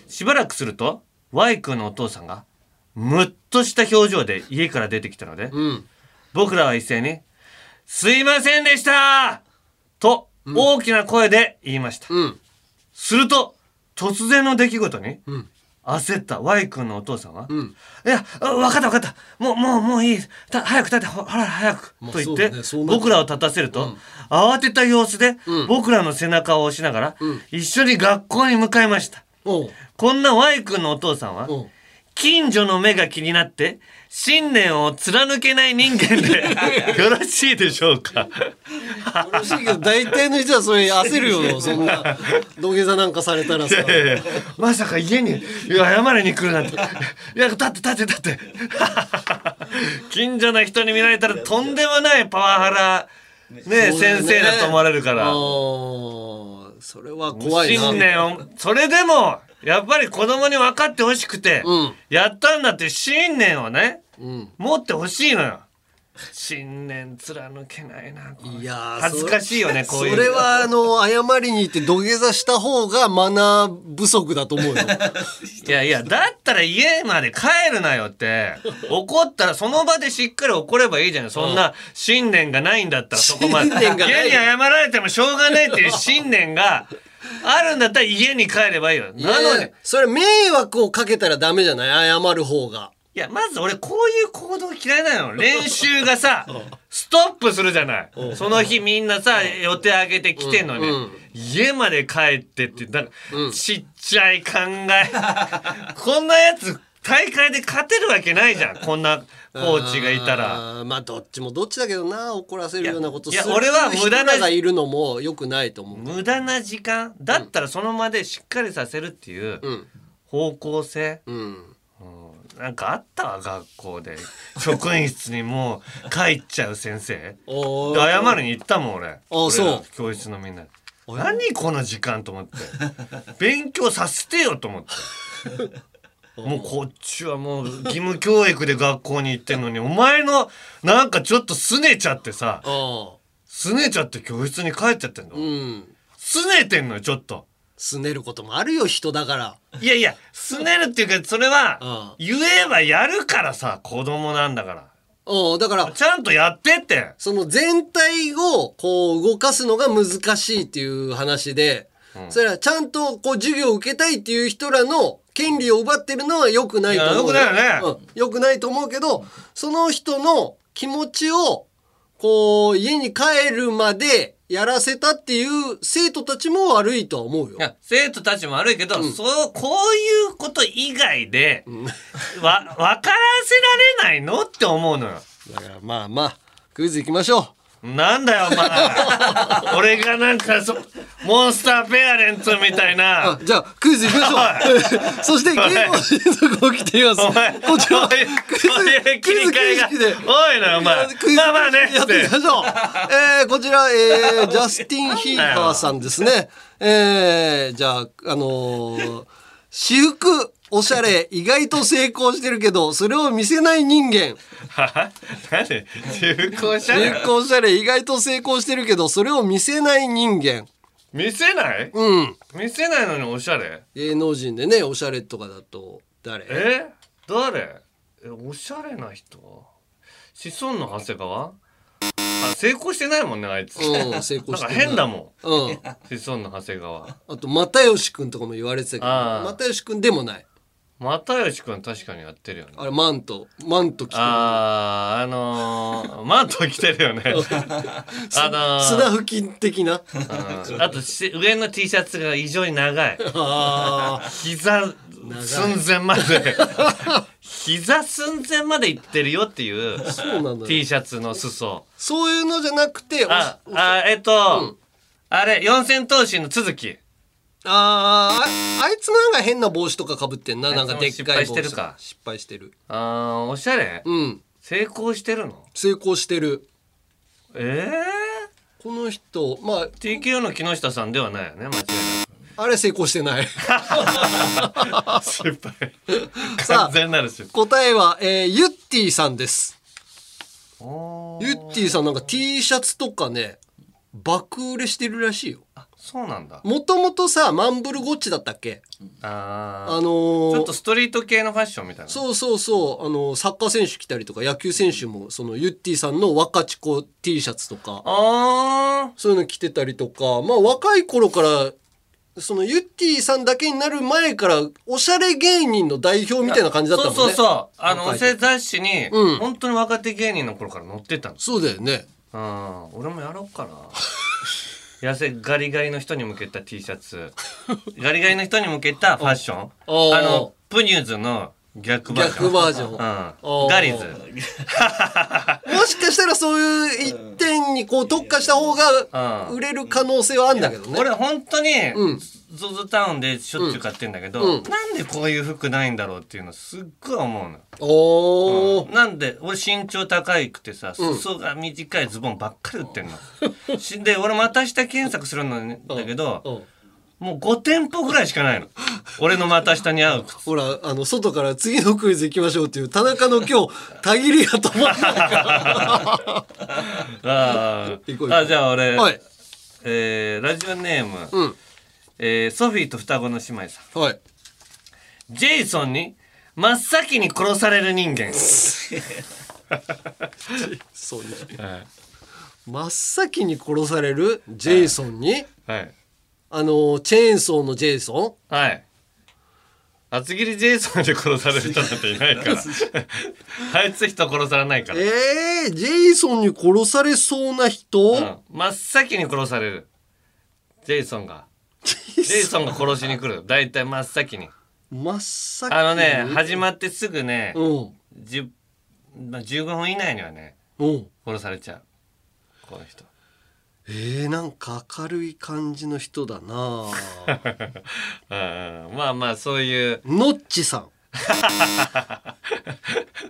Speaker 1: しばらくすると Y 君のお父さんがむっとした表情で家から出てきたので、僕らは一斉に「すいませんでした!」と大きな声で言いました、すると突然の出来事に、焦った Y 君のお父さんは「いや分かった分かったもうもうもういいた早く立てほほら早く」
Speaker 2: まあ
Speaker 1: と言って、
Speaker 2: そうねそうなる
Speaker 1: 僕らを立たせると、慌てた様子で、僕らの背中を押しながら、一緒に学校に向かいました。
Speaker 2: おう
Speaker 1: こんな Y 君のお父さんは
Speaker 2: おう、
Speaker 1: 近所の目が気になって、信念を貫けない人間 で、よろしいでしょうか。
Speaker 2: 楽しいけど大体の人はそれ焦る よそんな土下座なんかされたらさ
Speaker 1: ええ まさか家に謝りに来るなんて。いや、立って立って立って。 近所の人に見られたらとんでもないパワハラ、ね、
Speaker 2: そうだよね
Speaker 1: 先生だと思われるか
Speaker 2: あ
Speaker 1: ら。
Speaker 2: ーそれは怖いな
Speaker 1: 信念をそれでもやっぱり子供に分かってほしくて、
Speaker 2: うん
Speaker 1: やったんだって信念をね、
Speaker 2: ん
Speaker 1: 持ってほしいのよ信念貫けないなこの
Speaker 2: いやー
Speaker 1: 恥ずかしいよねこ
Speaker 2: そう
Speaker 1: いう
Speaker 2: れはあの謝りに行って土下座した方がマナー不足だと 思うよ
Speaker 1: いやいやだったら家まで帰るなよっ て怒ったらその場でしっかり怒ればいいじゃないそんな信念がないんだったらそこまで
Speaker 2: 信念がな
Speaker 1: 家
Speaker 2: い
Speaker 1: に謝られてもしょうがないっていう信念があるんだったら家に帰ればいいよ
Speaker 2: いや
Speaker 1: なの
Speaker 2: い
Speaker 1: に
Speaker 2: やそれ迷惑をかけたらダメじゃない謝る方が
Speaker 1: いや、まず俺こういう行動嫌いなの。練習が さ、ストップするじゃない。その日みんなさ、予定あげてきてんのに、
Speaker 2: うん
Speaker 1: 家まで帰ってって、なんか、ちっちゃい考え。 こんなやつ、大会で勝てるわけないじゃん。こんなコーチがいたら。
Speaker 2: あーまあどっちもどっちだけどな怒らせるようなこと
Speaker 1: い
Speaker 2: す
Speaker 1: や
Speaker 2: る
Speaker 1: いや俺は無駄な
Speaker 2: 人らがいるのも良くないと思う
Speaker 1: 無駄な時間だったらその場でしっかりさせるっていう
Speaker 2: うん
Speaker 1: 方向性。
Speaker 2: うん
Speaker 1: うんなんかあったわ、学校で。職員室にもう帰っちゃう先生。
Speaker 2: お
Speaker 1: で
Speaker 2: ー
Speaker 1: 謝りに行ったもん俺あ
Speaker 2: そう
Speaker 1: 教室のみんなに何この時間と 思って勉強させてよと思 ってもうこっちはもう義務教育で学校に行ってんのにお前のなんかちょっと拗ねちゃってさ
Speaker 2: あ
Speaker 1: 拗ねちゃって教室に帰っちゃってんの、
Speaker 2: ーうん
Speaker 1: 拗ねてんのよちょっと
Speaker 2: すねることもあるよ人だ から
Speaker 1: いやいや拗ねるっていうかそれは
Speaker 2: う
Speaker 1: 言えばやるからさ子供なんだか
Speaker 2: うんだから
Speaker 1: らちゃんとやってって
Speaker 2: その全体をこう動かすのが難しいっていう話で、それはちゃんとこう授業を受けたいっていう人らの権利を奪ってるのは良くないと思う。
Speaker 1: いや良くないよね
Speaker 2: うん。良くないと思うけど、その人の気持ちをこう家に帰るまでやらせたっていう生徒たちも悪いとは思うよ
Speaker 1: い。や生徒たちも悪いけど、そうこういうこと以外で、わ分からせられないのって思うのよ。
Speaker 2: だからまあまあ、クイズ行きましょう。
Speaker 1: なんだよお 前俺がなんかそモンスターペアレンツみたいな
Speaker 2: あ。じゃあ、クイズ行きましょ う。そして、ゲームの続を来ています
Speaker 1: お前。
Speaker 2: こちら、
Speaker 1: そう
Speaker 2: クイ
Speaker 1: いうそういう
Speaker 2: ズ、
Speaker 1: 切
Speaker 2: クイ
Speaker 1: り
Speaker 2: ズ
Speaker 1: 替え
Speaker 2: 形
Speaker 1: が
Speaker 2: 式で。
Speaker 1: 多いなお前
Speaker 2: クイズ
Speaker 1: まあまあね
Speaker 2: やっていきましょう。えー、こちら、えー、ジャスティン・ヒーパーさんですね。えー、じゃあ、あのー、私服、おしゃれ、意外と成功してるけど、それを見せない人間。
Speaker 1: は何で中古車
Speaker 2: 成功おしゃれ、意外と成功してるけど、それを見せない人間。
Speaker 1: 見せない
Speaker 2: うん。
Speaker 1: 見せないのにおしゃれ
Speaker 2: 芸能人でね、おしゃれとかだと、誰
Speaker 1: え誰えおしゃれな人シソンの長谷川あ成功してないもんねあいつ。
Speaker 2: うん、成功
Speaker 1: なん
Speaker 2: して
Speaker 1: か
Speaker 2: る
Speaker 1: 変だも
Speaker 2: うん。
Speaker 1: ん。シソンの長谷川。
Speaker 2: あと、又吉くんとかも言われてたけど、
Speaker 1: ああ
Speaker 2: 又吉くんでもない。
Speaker 1: 又吉くん確かにやってるよね。
Speaker 2: あれ、マント、マント着てる。
Speaker 1: あー、あのー、マント着てるよ ね。あのー、
Speaker 2: 砂付近的な。
Speaker 1: うんあとし上の T シャツが異常に長い。
Speaker 2: ああ。
Speaker 1: 膝寸前まで。膝寸前まで行ってるよっていう
Speaker 2: そうなんだよ
Speaker 1: T。シャツの裾。
Speaker 2: そういうのじゃなくて、おし
Speaker 1: あ、あ、えっと、あれ、四千頭身の続き。
Speaker 2: あーあ、あいつもなんか変な帽子とか被ってんな。
Speaker 1: いつ
Speaker 2: な
Speaker 1: も
Speaker 2: んかでっか
Speaker 1: 失敗
Speaker 2: い帽子。
Speaker 1: してるか
Speaker 2: 失敗してる。
Speaker 1: あー、おしゃれ
Speaker 2: うん。
Speaker 1: 成功してるの
Speaker 2: 成功してる。
Speaker 1: ええー
Speaker 2: この人、まあ、
Speaker 1: TKO の木下さんではないよね間違いなく
Speaker 2: あれ成功して ない
Speaker 1: 失敗。
Speaker 2: さあ
Speaker 1: 完全なる失敗。
Speaker 2: 答えは、えー、ゆってぃさんですゆってぃさんなんか T シャツとかね爆売れしてるらしいよ
Speaker 1: そうなんだ。
Speaker 2: もともとさマンブルゴッチだったっけあ
Speaker 1: ああ。
Speaker 2: の
Speaker 1: ちょ
Speaker 2: ー
Speaker 1: っとストリート系のファッションみたいな。
Speaker 2: そうそうそうあのーサッカー選手着たりとか野球選手もそのゆってぃさんの若ち子 T シャツとか
Speaker 1: あ
Speaker 2: そういうの着てたりとか、まあ若い頃から、そのユッティさんだけになる前から、おしゃれ芸人の代表みたいな感じだったもんね。
Speaker 1: そうそうそう。あの、お
Speaker 2: 若い時
Speaker 1: せ雑誌に、
Speaker 2: うん
Speaker 1: 本当に若手芸人の頃から載ってたんです。
Speaker 2: そうだよね。
Speaker 1: うん。俺もやろうかな。 痩せガリガリの人に向けた T シャツ。ガリガリの人に向けたファッション。
Speaker 2: おー
Speaker 1: あの、プニューズの逆バージョン。
Speaker 2: 逆バージョン
Speaker 1: う
Speaker 2: お
Speaker 1: ん。
Speaker 2: ー
Speaker 1: ガリズ。
Speaker 2: もしかしたらそういう一点にこう特化した方が
Speaker 1: うん
Speaker 2: 売れる可能性はあるんだけどね。
Speaker 1: 俺本当に、
Speaker 2: うん
Speaker 1: ゾゾタウンでしょっちゅう買ってんだけど、
Speaker 2: うん
Speaker 1: なんでこういう服ないんだろうっていうのすっごい思うの。
Speaker 2: おー。
Speaker 1: なんで俺身長高いくてさ裾が短いズボンばっかり売ってんの。しで俺股下検索するのねだけ
Speaker 2: う
Speaker 1: ど
Speaker 2: ん
Speaker 1: もう5店舗ぐらいしかないの。俺の股下に合う靴。
Speaker 2: ほら、あの、外から次のクイズ行きましょうっていう、田中の 今日、たぎりやと思った
Speaker 1: あ
Speaker 2: 行こう行
Speaker 1: ー
Speaker 2: こう
Speaker 1: あじゃあ俺、
Speaker 2: はい。
Speaker 1: えーラジオネーム、
Speaker 2: うん。
Speaker 1: えーソフィーと双子の姉妹さん。
Speaker 2: はい。
Speaker 1: ジェイソンに真っ先に殺される人間。
Speaker 2: そうね。真っ先に殺されるジェイソンに、
Speaker 1: はい。
Speaker 2: あの、チェーンソーのジェイソン
Speaker 1: はい。厚切りジェイソンで殺される人なんていない から。あいつ人殺されないから。
Speaker 2: えー、ジェイソンに殺されそうな人、
Speaker 1: うん真っ先に殺される。ジェイソンが。ジェイソンが殺しに来る。だいたい真っ先に。
Speaker 2: 真っ先に
Speaker 1: あのね、始まってすぐね、
Speaker 2: うん
Speaker 1: 10まあ、15分以内にはね、
Speaker 2: うん
Speaker 1: 殺されちゃう。この人。
Speaker 2: えー、なんか明るい感じの人だな
Speaker 1: うんうんまあまあ、そういう、
Speaker 2: ノッチさん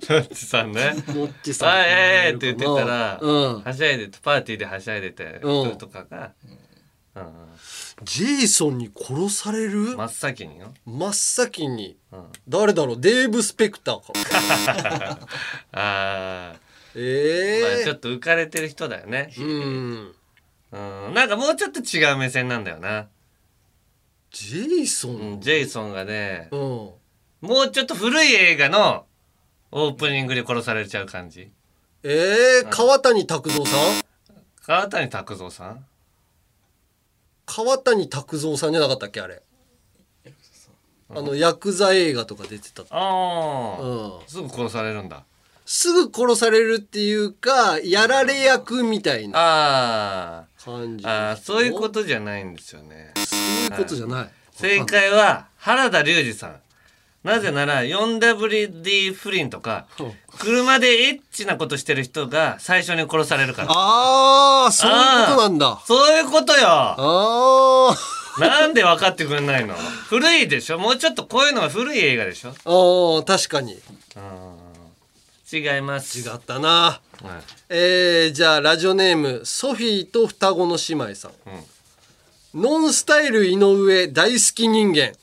Speaker 1: ロッチさん ね。
Speaker 2: ノッチさん
Speaker 1: はいはいって言ってたら、
Speaker 2: うん、
Speaker 1: はしゃいでてパーティーではしゃいでて
Speaker 2: うん
Speaker 1: 人とかが、うんう
Speaker 2: ジェイソンに殺される
Speaker 1: ん真っ先によ、
Speaker 2: 真っ先に
Speaker 1: うん、
Speaker 2: 誰だろうデーブ・スペクタ ーか
Speaker 1: あー、
Speaker 2: え
Speaker 1: まあ、
Speaker 2: え
Speaker 1: ちょっと浮かれてる人だよね、
Speaker 2: うん
Speaker 1: うん、なんかもうちょっと違う目線なんだよな、
Speaker 2: ジェイソ
Speaker 1: う
Speaker 2: ン
Speaker 1: ん、ジェイソンがね
Speaker 2: うん
Speaker 1: もうちょっと古い映画のオープニングで殺されちゃう感じ
Speaker 2: えー、川谷拓三さん
Speaker 1: 川谷拓三さん
Speaker 2: 川谷拓三さんじゃなかったっけあれあのヤクザ映画とか出てた、
Speaker 1: ああ、
Speaker 2: うん、
Speaker 1: すぐ殺されるんだ
Speaker 2: すぐ殺されるっていうかやられ役みたいな
Speaker 1: あー
Speaker 2: 感じ
Speaker 1: あーそういうこととじゃないんですよね
Speaker 2: そういうことじゃない、
Speaker 1: 正解は原田龍二さんなぜなら 4WD 不倫とか
Speaker 2: うん
Speaker 1: 車でエッチなことしてる人が最初に殺されるから
Speaker 2: ああそういうことなんだ
Speaker 1: そういうことよ
Speaker 2: あー
Speaker 1: なんで分かってくれないの古いでしょもうちょっとこういうのは古い映画でしょ
Speaker 2: あー確かに違
Speaker 1: 違いますう、
Speaker 2: ったな
Speaker 1: はい
Speaker 2: えー、じゃあラジオネームソフィーと双子の姉妹さん、ノンスタイル井上大好き人間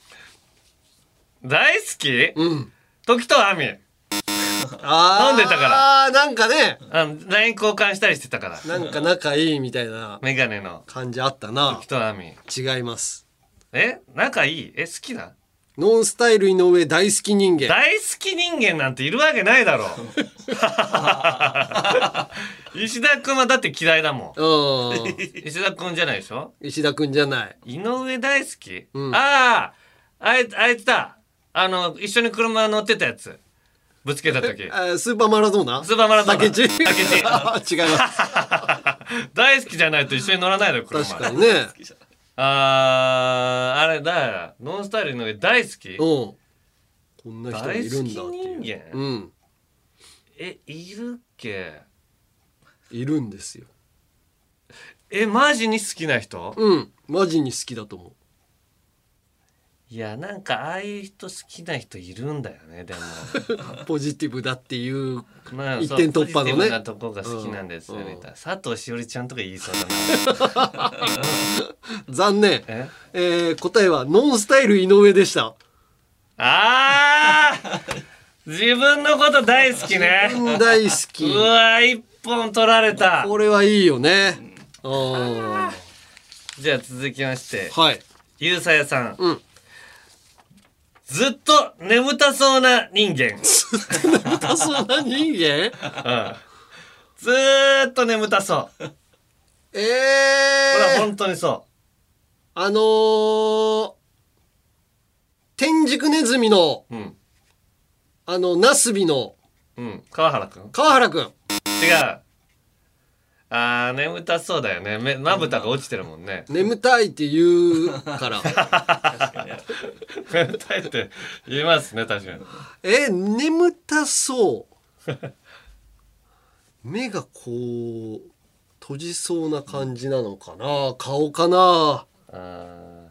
Speaker 1: 大好き
Speaker 2: うん
Speaker 1: 時と亜美
Speaker 2: あー
Speaker 1: 飲んでたから
Speaker 2: あーなんかね
Speaker 1: あの LINE 交換したりしてたから
Speaker 2: なんか仲いいみたいな
Speaker 1: メガネの
Speaker 2: 感じあったな
Speaker 1: 時。と亜美
Speaker 2: 違います。
Speaker 1: え仲いいえ好きだ
Speaker 2: ノンスタイル井上大好き人間。
Speaker 1: 大好き人間なんているわけない だろう石田君はだって嫌いだもん
Speaker 2: うん。
Speaker 1: 石田君じゃないでしょ
Speaker 2: 石田くんじゃない。
Speaker 1: 井上大好き、
Speaker 2: うん
Speaker 1: あああいあいつだあの一緒に車乗ってたやつぶつけた時
Speaker 2: あースーパーマラドーナ
Speaker 1: スーパーマラドーナ
Speaker 2: 竹内
Speaker 1: 竹
Speaker 2: 違います。
Speaker 1: 大好きじゃないと一緒に乗らないだろ 車
Speaker 2: 確かにね。
Speaker 1: あーあれだノンスタイル井上大好き
Speaker 2: うん。こんな人が
Speaker 1: 大
Speaker 2: いる
Speaker 1: 好
Speaker 2: ん
Speaker 1: き
Speaker 2: だっていう。
Speaker 1: 人間、
Speaker 2: うん。
Speaker 1: えいるっけ
Speaker 2: いるんですよ。
Speaker 1: えマジに好きな人
Speaker 2: うん。マジに好きだと思う。
Speaker 1: いやなんかああいう人好きな人いるんだよね でも
Speaker 2: ポジティブだっていう
Speaker 1: ま
Speaker 2: 一点突破
Speaker 1: そうポジティ
Speaker 2: のね
Speaker 1: ブなとこが好きなんですよ、
Speaker 2: うん
Speaker 1: みたいな佐藤しおりちゃんとか言いそうだな
Speaker 2: 残念
Speaker 1: え
Speaker 2: えー答えはノンスタイル井上でした
Speaker 1: ああ自分のこと大好きね
Speaker 2: 大好き
Speaker 1: うわ一本取られた
Speaker 2: これはいいよねうん
Speaker 1: じゃあ続きまして
Speaker 2: はい
Speaker 1: ゆうさやさん、
Speaker 2: うん
Speaker 1: ずっと眠たそうな人間、
Speaker 2: あそうな人
Speaker 1: う
Speaker 2: 間
Speaker 1: んずーっと眠たそうこ
Speaker 2: え
Speaker 1: れは
Speaker 2: えー、
Speaker 1: 本当にそ
Speaker 2: あのー、天竺ネズミの
Speaker 1: ううん
Speaker 2: あのナスビの
Speaker 1: うん川原くん
Speaker 2: 川原くん
Speaker 1: 違うあー眠たそうだよねめまぶたが落ちてるもんね
Speaker 2: 眠たいって言うから
Speaker 1: 眠たいって言いますね確かに
Speaker 2: え眠たそう 目がこう閉じそうな感じなのかな顔かな
Speaker 1: あー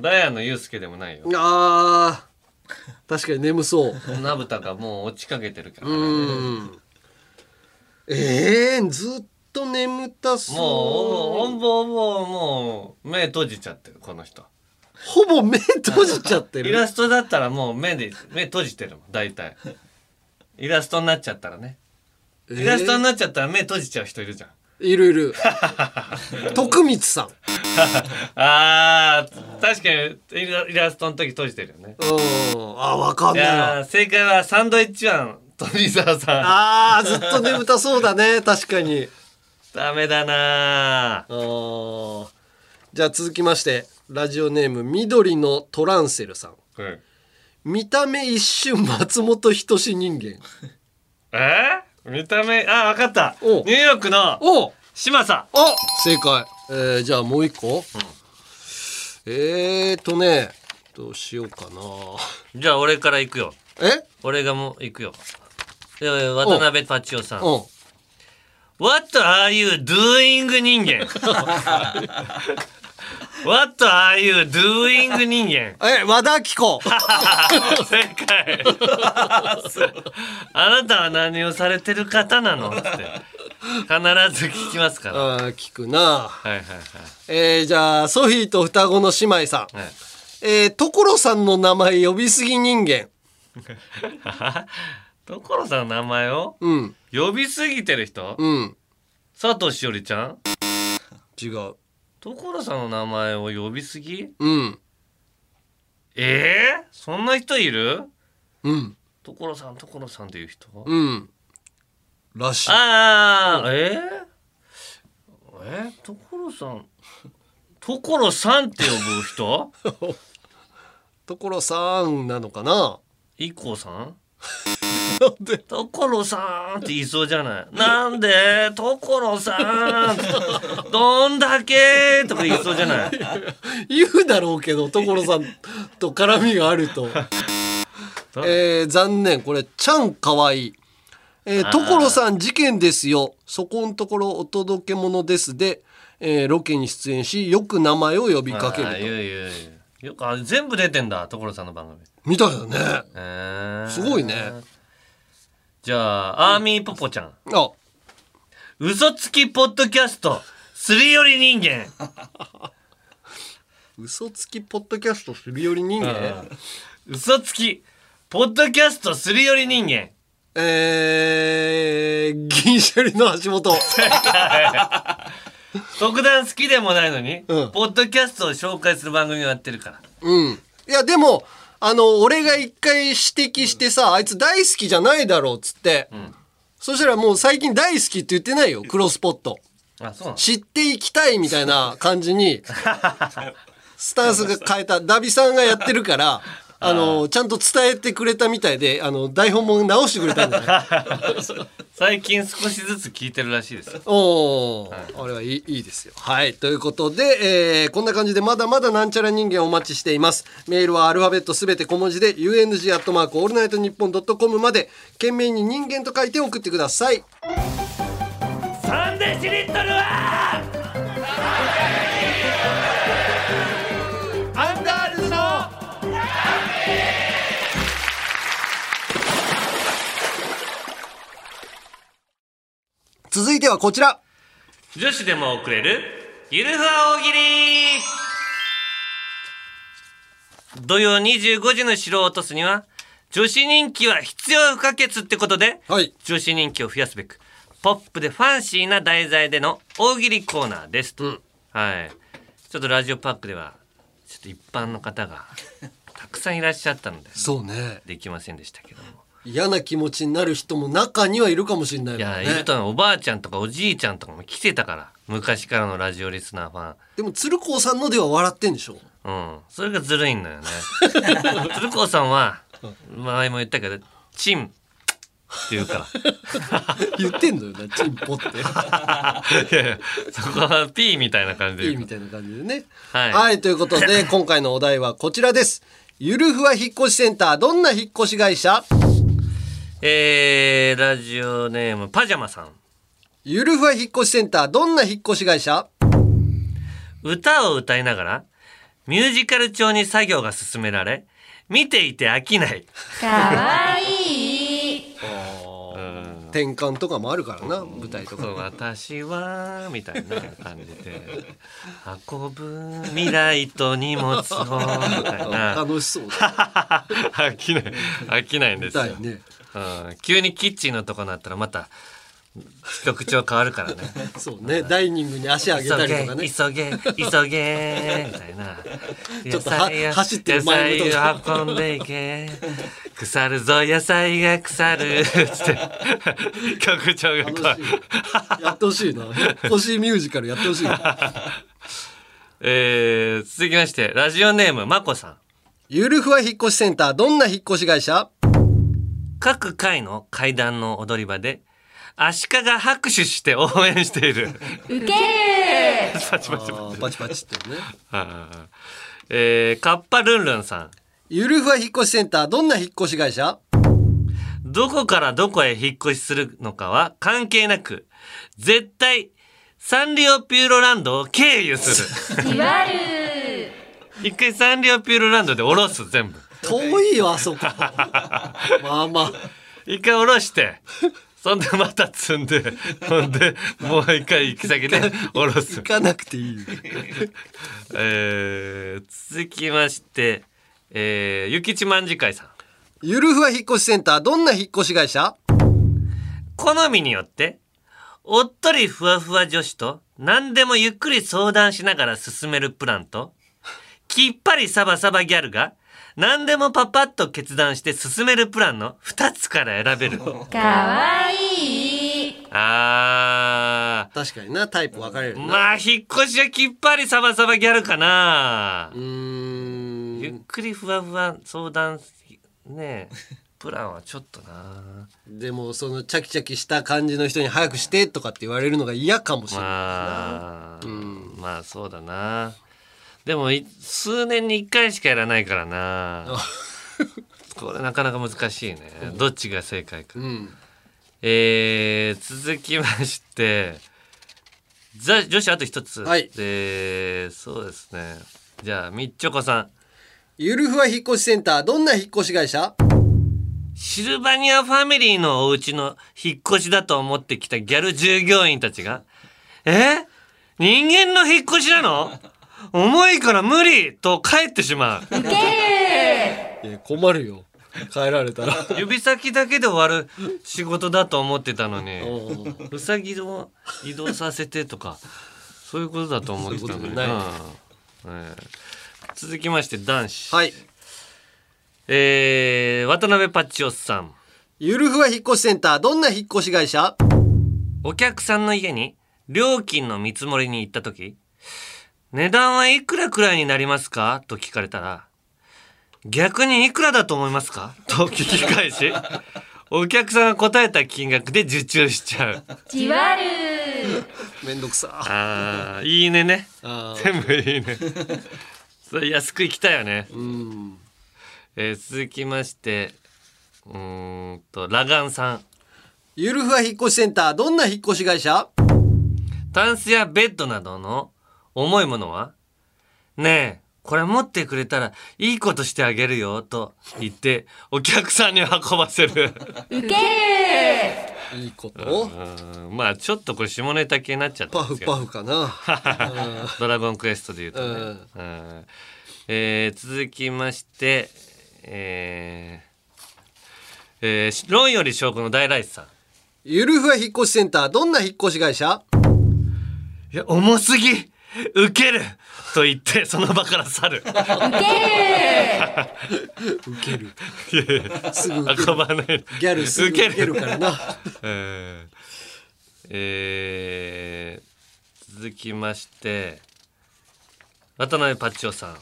Speaker 1: ダイアンのユうスケでもないよ
Speaker 2: あー確かに眠そう
Speaker 1: まぶたがもう落ちかけてるから、ね、
Speaker 2: うんえー、ずっと眠たそう
Speaker 1: もうほぼほぼもう目閉じちゃってるこの人
Speaker 2: ほぼ目閉じちゃって
Speaker 1: イ
Speaker 2: る
Speaker 1: ラストだったらもう目で目閉じてるもん大体イラストになっちゃったらねイラストになっちゃったら目閉じちゃう人いるじゃん、
Speaker 2: いるいる徳光さん
Speaker 1: あー確かにイライラストの時閉じてるよね
Speaker 2: うんあわかん
Speaker 1: い
Speaker 2: ないわ
Speaker 1: やー正解はサンドイッチマン富澤さん
Speaker 2: あーずっと眠たそうだね確かに
Speaker 1: ダメだな
Speaker 2: あーじゃあ続きましてラジオネーム緑のトランセルさん
Speaker 1: ー、うん、
Speaker 2: 見た目一瞬松本人志人間
Speaker 1: えー、見た目あ分かったニ
Speaker 2: お
Speaker 1: ューヨークの
Speaker 2: お
Speaker 1: 嶋佐
Speaker 2: あ正解、えーじゃあもう一個、えーとねどうしようか
Speaker 1: じゃあ俺から行くよ
Speaker 2: なえ
Speaker 1: 俺がもう行くよで渡辺パチオさん
Speaker 2: うん
Speaker 1: What are you doing 人 間 What are you doing 人間
Speaker 2: え和田アキ子
Speaker 1: 正解あなたは何をされてる方なのって必ず聞きますからは
Speaker 2: あー聞くない
Speaker 1: はいはい
Speaker 2: えーじゃあソフィーと双子の姉妹さん、
Speaker 1: はい
Speaker 2: えー所さんの名前呼びすぎ人間
Speaker 1: 所さんの名前を
Speaker 2: うん
Speaker 1: 呼びすぎてる人、
Speaker 2: うん
Speaker 1: 佐藤しおりちゃん
Speaker 2: 違う
Speaker 1: 所さんの名前を呼びすぎ
Speaker 2: うん
Speaker 1: えー、そんな人いる
Speaker 2: うん
Speaker 1: 所さん所さんっていう人、
Speaker 2: うんらしい
Speaker 1: ああえー、えー、所さん 所さんって呼ぶ人
Speaker 2: 所さんなのかな
Speaker 1: イコさん
Speaker 2: なんで
Speaker 1: 所さんって言いそうじゃないなんで所さんどんだけとか言いそうじゃない
Speaker 2: 言うだろうけど所さんと絡みがあると えー、残念これちゃんかわいい、えー、
Speaker 1: あー
Speaker 2: 所さん事件ですよそこんところお届け物ですで、えーロケに出演しよく名前を呼びかけ
Speaker 1: あー
Speaker 2: る
Speaker 1: いやいやいやよくあ全部出てんだ所さんの番組
Speaker 2: とみたいだね
Speaker 1: えー
Speaker 2: すごいね
Speaker 1: じゃあアーミーポポちゃん
Speaker 2: あ
Speaker 1: 嘘つきポッドキャストすり寄り人間
Speaker 2: 嘘つきポッドキャストするより人間
Speaker 1: 嘘つきポッドキャストすり寄り人間
Speaker 2: えー、銀シャリの橋本
Speaker 1: 特段好きでもないのに、
Speaker 2: うん
Speaker 1: ポッドキャストを紹介する番組をやってるから
Speaker 2: うんいやでもあの俺が一回指摘してさあいつ大好きじゃないだろうっつって、そしたらもう最近大好きって言ってないよクロスポット
Speaker 1: あそうなの
Speaker 2: 知っていきたいみたいな感じにスタンスが変えたダビさんがやってるからあのちゃんと伝えてくれたみたいであの台本も直してくれたんだよ
Speaker 1: 最近少しずつ聞いてるらしいですよ
Speaker 2: おお、あれはいいいいですよ。はいということで、えーこんな感じでまだまだなんちゃら人間お待ちしています。メールはアルファベットすべて小文字で UNG アットマークオールナイトニッポンドットコムまで懸命に人間と書いて送ってください。
Speaker 1: 3デシリットルはアンガールズの
Speaker 2: 続いてはこちら
Speaker 1: 女子でも送れるゆるふわ大喜利土曜25時の城を落とすには女子人気は必要不可欠ってことで、
Speaker 2: はい
Speaker 1: 女子人気を増やすべくポップでファンシーな題材での大喜利コーナーですと、はいちょっとラジオパークではちょっと一般の方がたくさんいらっしゃったので
Speaker 2: そうね
Speaker 1: できませんでしたけども
Speaker 2: 嫌な気持ちになる人も中にはいるかもしれないもん
Speaker 1: いや、
Speaker 2: ね
Speaker 1: いると思うおばあちゃんとかおじいちゃんとかも来てたから昔からのラジオリスナーファン
Speaker 2: でも鶴光さんのでは笑ってんで し
Speaker 1: う
Speaker 2: ょ
Speaker 1: ん、それがずるいんだよ ね。鶴光さんは前も言ったけど「チン」って言う か
Speaker 2: 言ってんのよなチンポって
Speaker 1: らいやいやそこは P みたいな感じで
Speaker 2: いい
Speaker 1: 言う
Speaker 2: みたいな感じでね
Speaker 1: はい
Speaker 2: ということで今回のお題はこちらですゆるふわ引っ越しセンターどんな引っ越し会社
Speaker 1: えー、ラジオネームパジャマさん
Speaker 2: ゆるふわ引っ越しセンターどんな引っ越し会社
Speaker 1: 歌を歌いながらミュージカル調に作業が進められ見ていて飽きない
Speaker 3: かわいい
Speaker 2: 転換とかもあるからな舞台と
Speaker 1: そ
Speaker 2: か
Speaker 1: う私はみたいな感じで運ぶ未来と荷物をみたいな
Speaker 2: 楽しそうだ
Speaker 1: 飽きない飽きないんですよ
Speaker 2: 舞、台ね
Speaker 1: うん、急にキッチンのとこになったらまた曲調変わるからね
Speaker 2: そうねダイニングに足上げ
Speaker 1: 急
Speaker 2: た
Speaker 1: げ
Speaker 2: りとかね
Speaker 1: 急げ急げみたいな
Speaker 2: ちょっとは
Speaker 1: 野菜を
Speaker 2: 走ってる前のとこ
Speaker 1: 野菜を運んでいけ腐るぞ野菜が腐るつ って曲調が変わる
Speaker 2: 楽しいやってほしいな引っ越しミュージカルやってほしいな
Speaker 1: えー、続きましてラジオネームまこさん
Speaker 2: ゆるふわ引っ越しセンターどんな引っ越し会社
Speaker 1: 各回の階段の踊り場でアシカが拍手して応援している
Speaker 3: ウケる
Speaker 1: パチパチパチ
Speaker 2: あーパチパチってね
Speaker 1: ああえー、カッパルンルンさん
Speaker 2: ゆるふわ引っ越しセンターどんな引っ越し会社
Speaker 1: どこからどこへ引っ越しするのかは関係なく絶対サンリオピューロランドを経由する
Speaker 3: いわる
Speaker 1: 一回サンリオピューロランドで降ろす全部
Speaker 2: 遠いよあそこまあまあ
Speaker 1: 一回降ろしてそんでまた積んでほんでもう一回行き先で降ろす
Speaker 2: 行かなくていいよ
Speaker 1: えー、続きましてえー、ゆきちまんじかいさん
Speaker 2: ゆるふわ引っ越しセンターどんな引っ越し会社
Speaker 1: 好みによっておっとりふわふわ女子と何でもゆっくり相談しながら進めるプランときっぱりサバサバギャルが何でもパパッと決断して進めるプランの2つから選 べる
Speaker 3: かわいい
Speaker 1: あ
Speaker 2: 確かになタイプ分かれる
Speaker 1: ー
Speaker 2: な、
Speaker 1: まあ引っ越しはきっぱりサバサバギャルかな
Speaker 2: うーん
Speaker 1: ゆっくりふわふわ相談ねえ プランはちょっとな
Speaker 2: でもそのチャキチャキした感じの人に早くしてとかって言われるのが嫌かもしれない、
Speaker 1: まあ、まあそうだなでもい数年に1回しかやらないから なこれなかなか難しいねどっちが正解か、
Speaker 2: うん、
Speaker 1: えー、続きましてザ女子あと一つ、
Speaker 2: はい
Speaker 1: えーそうですねじゃあみっちょこさん
Speaker 2: ゆるふわ引っ越しセンターどんな引っ越し会社
Speaker 1: シルバニアファミリーのお家の引っ越しだと思ってきたギャル従業員たちが、え人間の引っ越しなの重いから無理と帰ってしまう。
Speaker 2: いや困るよ帰られたら
Speaker 1: 指先だけで終わる仕事だと思ってたのに、
Speaker 2: うん
Speaker 1: うさぎを移動させてとか、そういうことだと思ってたの
Speaker 2: そういう
Speaker 1: に
Speaker 2: ことじゃない
Speaker 1: うんええ続きまして男子。
Speaker 2: はい
Speaker 1: えー、渡辺パッチオスさん。
Speaker 2: ゆるふわ引っ越しセンターどんな引っ越し会社
Speaker 1: お客さんの家に料金の見積もりに行った時値段はいくらくらいになりますかと聞かれたら逆にいくらだと思いますかと聞き返しお客さんが答えた金額で受注しちゃう
Speaker 3: じわる
Speaker 2: めんどくさ
Speaker 1: あーいいねね
Speaker 2: あー
Speaker 1: 全部いいね それ安く行きたいよね、
Speaker 2: うん
Speaker 1: えー続きましてうーんとラガンさん
Speaker 2: ゆるふわ引っ越しセンターどんな引っ越し会社
Speaker 1: タンスやベッドなどの重いものはねえ、これ持ってくれたらいいことしてあげるよと言ってお客さんに運ばせる。
Speaker 3: ウケる
Speaker 2: いいことを
Speaker 1: うんまあちょっとこれ下ネタ系になっちゃった
Speaker 2: パ
Speaker 1: んで
Speaker 2: フ
Speaker 1: すけど
Speaker 2: パフかな
Speaker 1: ドラゴンクエストで言うとね、うんえー続きましてえーえーし論より証拠の大来さん
Speaker 2: ゆるふわ引っ越しセンターどんな引っ越し会社
Speaker 1: いや重すぎウケると言ってその場から去る
Speaker 2: ウケる
Speaker 1: いやいや
Speaker 2: すぐウケる
Speaker 1: 運ばない
Speaker 2: ギャルすぐウケる からな
Speaker 1: えーえー続きまして渡辺パッチオさん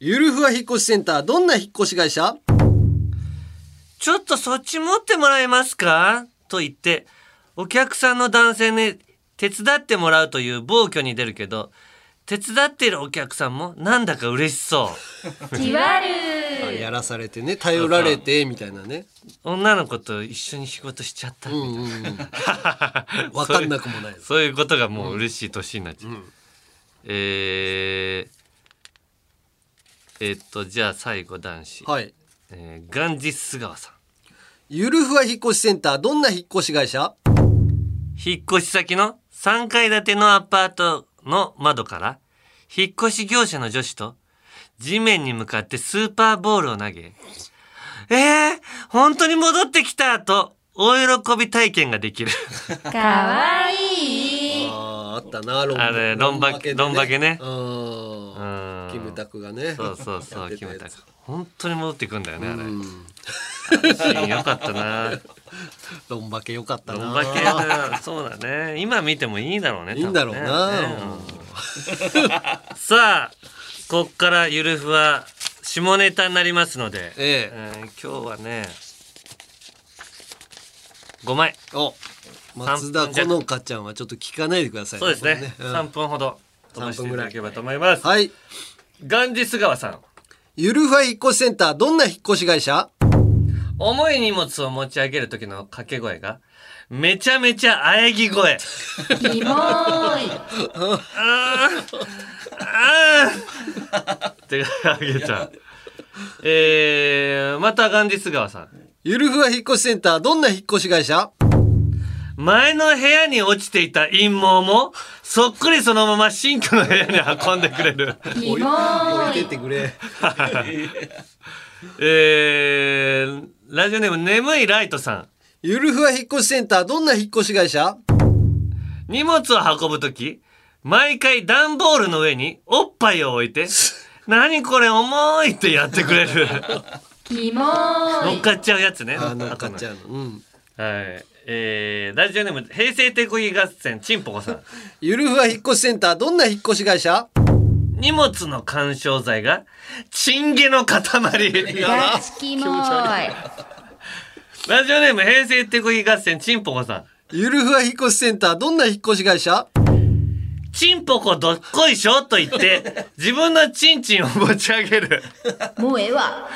Speaker 2: ゆるふわ引っ越しセンターどんな引っ越し会社
Speaker 1: ちょっとそっち持ってもらえますかと言って、お客さんの男性に手伝ってもらうという暴挙に出るけど、手伝っているお客さんもなんだか嬉しそ
Speaker 3: じわる
Speaker 2: あやらされてね頼られてみたいなね
Speaker 1: う。女の子と一緒に仕事しちゃった
Speaker 2: う。んうんうん わかんなくもないです
Speaker 1: そういうことがもう嬉しい年になっちゃう。えー、えっと、じゃあ最後男子。
Speaker 2: はい
Speaker 1: えーガンジス川さん。
Speaker 2: ゆるふわ引っ越しセンターどんな引っ越し会社
Speaker 1: 引っ越し先の3階建てのアパートの窓から、引っ越し業者の女子と、地面に向かってスーパーボールを投げ、えー、本当に戻ってきたと、大喜び体験がで きる。
Speaker 3: かわいい
Speaker 2: あーあったなロン
Speaker 1: あれロンバケね
Speaker 2: うー
Speaker 1: うんん
Speaker 2: キムタクがね
Speaker 1: そうそうそ
Speaker 2: やっ
Speaker 1: う、
Speaker 2: て
Speaker 1: 決
Speaker 2: たや
Speaker 1: め
Speaker 2: つ
Speaker 1: た。本当に戻ってくんだよね、あれ。
Speaker 2: うん
Speaker 1: シーンよかったな。
Speaker 2: ロンバケよかったな
Speaker 1: ロンバケな、そうだね。今見てもいいだろうね。
Speaker 2: いいんだろうな
Speaker 1: 多分ねうんさあ、こっからゆるふわ、下ネタになりますので。
Speaker 2: ええ
Speaker 1: えー今日はね5枚
Speaker 2: お松田好花ちゃんはちょっと聞かないでください
Speaker 1: そうですね
Speaker 2: これうん
Speaker 1: 3分ほど飛ばしていただければと思います、
Speaker 2: はい
Speaker 1: ガンジス川さん
Speaker 2: ゆるふわ引っ越しセンターどんな引っ越し会社
Speaker 1: 重い荷物を持ち上げる時の掛け声がめちゃめちゃ喘ぎ声
Speaker 3: キモーい
Speaker 1: あーってあげちゃうえー、またガンジス川さん
Speaker 2: ゆるふわ引っ越しセンターどんな引っ越し会社
Speaker 1: 前の部屋に落ちていた陰謀もそっくりそのまま新居の部屋に運んでくれる
Speaker 3: キ
Speaker 2: 置
Speaker 3: モ
Speaker 2: い
Speaker 3: ー
Speaker 2: て
Speaker 3: い
Speaker 2: ってくれ
Speaker 1: えー、ラジオネーム眠いライトさん
Speaker 2: ゆるふわ引っ越しセンターどんな引っ越し会社
Speaker 1: 荷物を運ぶとき、毎回段ボールの上におっぱいを置 いて、何これ重いってやってくれる。
Speaker 3: キモー
Speaker 1: 乗っ
Speaker 3: い
Speaker 1: かっちゃうやつね。
Speaker 2: あの赤ちゃんのうん
Speaker 1: はい。えー、ラジオネーム、平成手こぎ合戦、ちんぽこさん。
Speaker 2: ゆるふわ引っ越しセンターどんな引っ越し会社
Speaker 1: 荷物の緩衝材が、チンゲの塊。
Speaker 3: ガチキ モーい
Speaker 1: ラジオネーム、平成手こぎ合戦、ちんぽこさん。
Speaker 2: ゆるふわ引っ越しセンターどんな引っ越し会社
Speaker 1: ちんぽこどっこいしょと言って、自分のちんちんを持ち上げる。
Speaker 3: もうええわ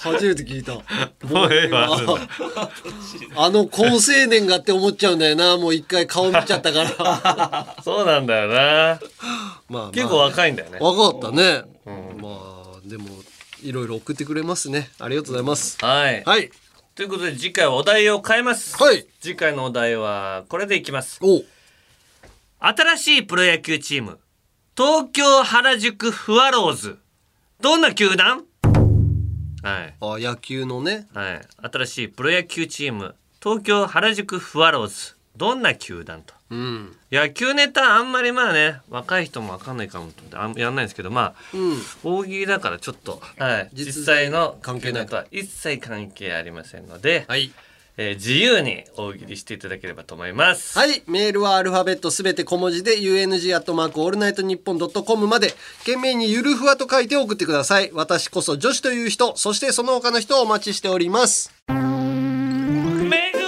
Speaker 2: 初めて聞いた
Speaker 1: もうええわ。
Speaker 2: あの高青年がって思っちゃうんだよなもう一回顔見ちゃったから
Speaker 1: そうなんだよな。
Speaker 2: まあ、まあ、
Speaker 1: 結構若いんだよね。
Speaker 2: 若かったね、まあでもいろいろ送ってくれますねありがとうございます
Speaker 1: はい。
Speaker 2: はい
Speaker 1: ということで次回はお題を変えます。
Speaker 2: はい
Speaker 1: 次回のお題はこれでいきます。
Speaker 2: お
Speaker 1: 新しいプロ野球チーム、東京原宿フワローズ。どんな球団はい。
Speaker 2: あ野球のね
Speaker 1: はい。新しいプロ野球チーム、東京原宿フワローズ。どんな球団と。
Speaker 2: うん
Speaker 1: 野球ネタあんまりまあね、若い人もわかんないかもと思ってあんやんないんですけど、まあ、
Speaker 2: うん
Speaker 1: 大喜利だからちょっと、はい。
Speaker 2: 実
Speaker 1: 実際の
Speaker 2: 関係ない
Speaker 1: 球団とは一切関係ありませんので、
Speaker 2: はい
Speaker 1: えー自由に大喜利していただければと思います。
Speaker 2: はい。メールはアルファベットすべて小文字で、UNG アットマークオールナイトニッポンドットコムまで、懸命にゆるふわと書いて送ってください。私こそ女子という人、そしてその他の人をお待ちしております。
Speaker 1: メグ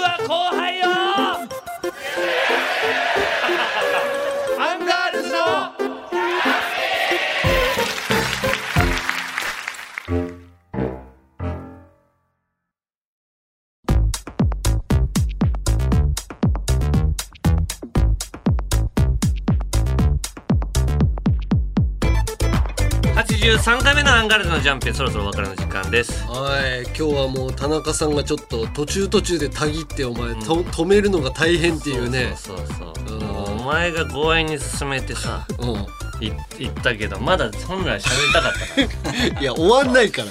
Speaker 1: は後輩よアンガールズの53回目のアンガールズのジャンペンそろそろお別れの時間です
Speaker 2: はい今日はもう田中さんがちょっと途中途中でたぎってお前、と止めるのが大変っていうね
Speaker 1: そうそうそうもうお前が強引に進めてさ
Speaker 2: うん
Speaker 1: い言ったけどまだ本来喋りたかったから
Speaker 2: いや終わんないから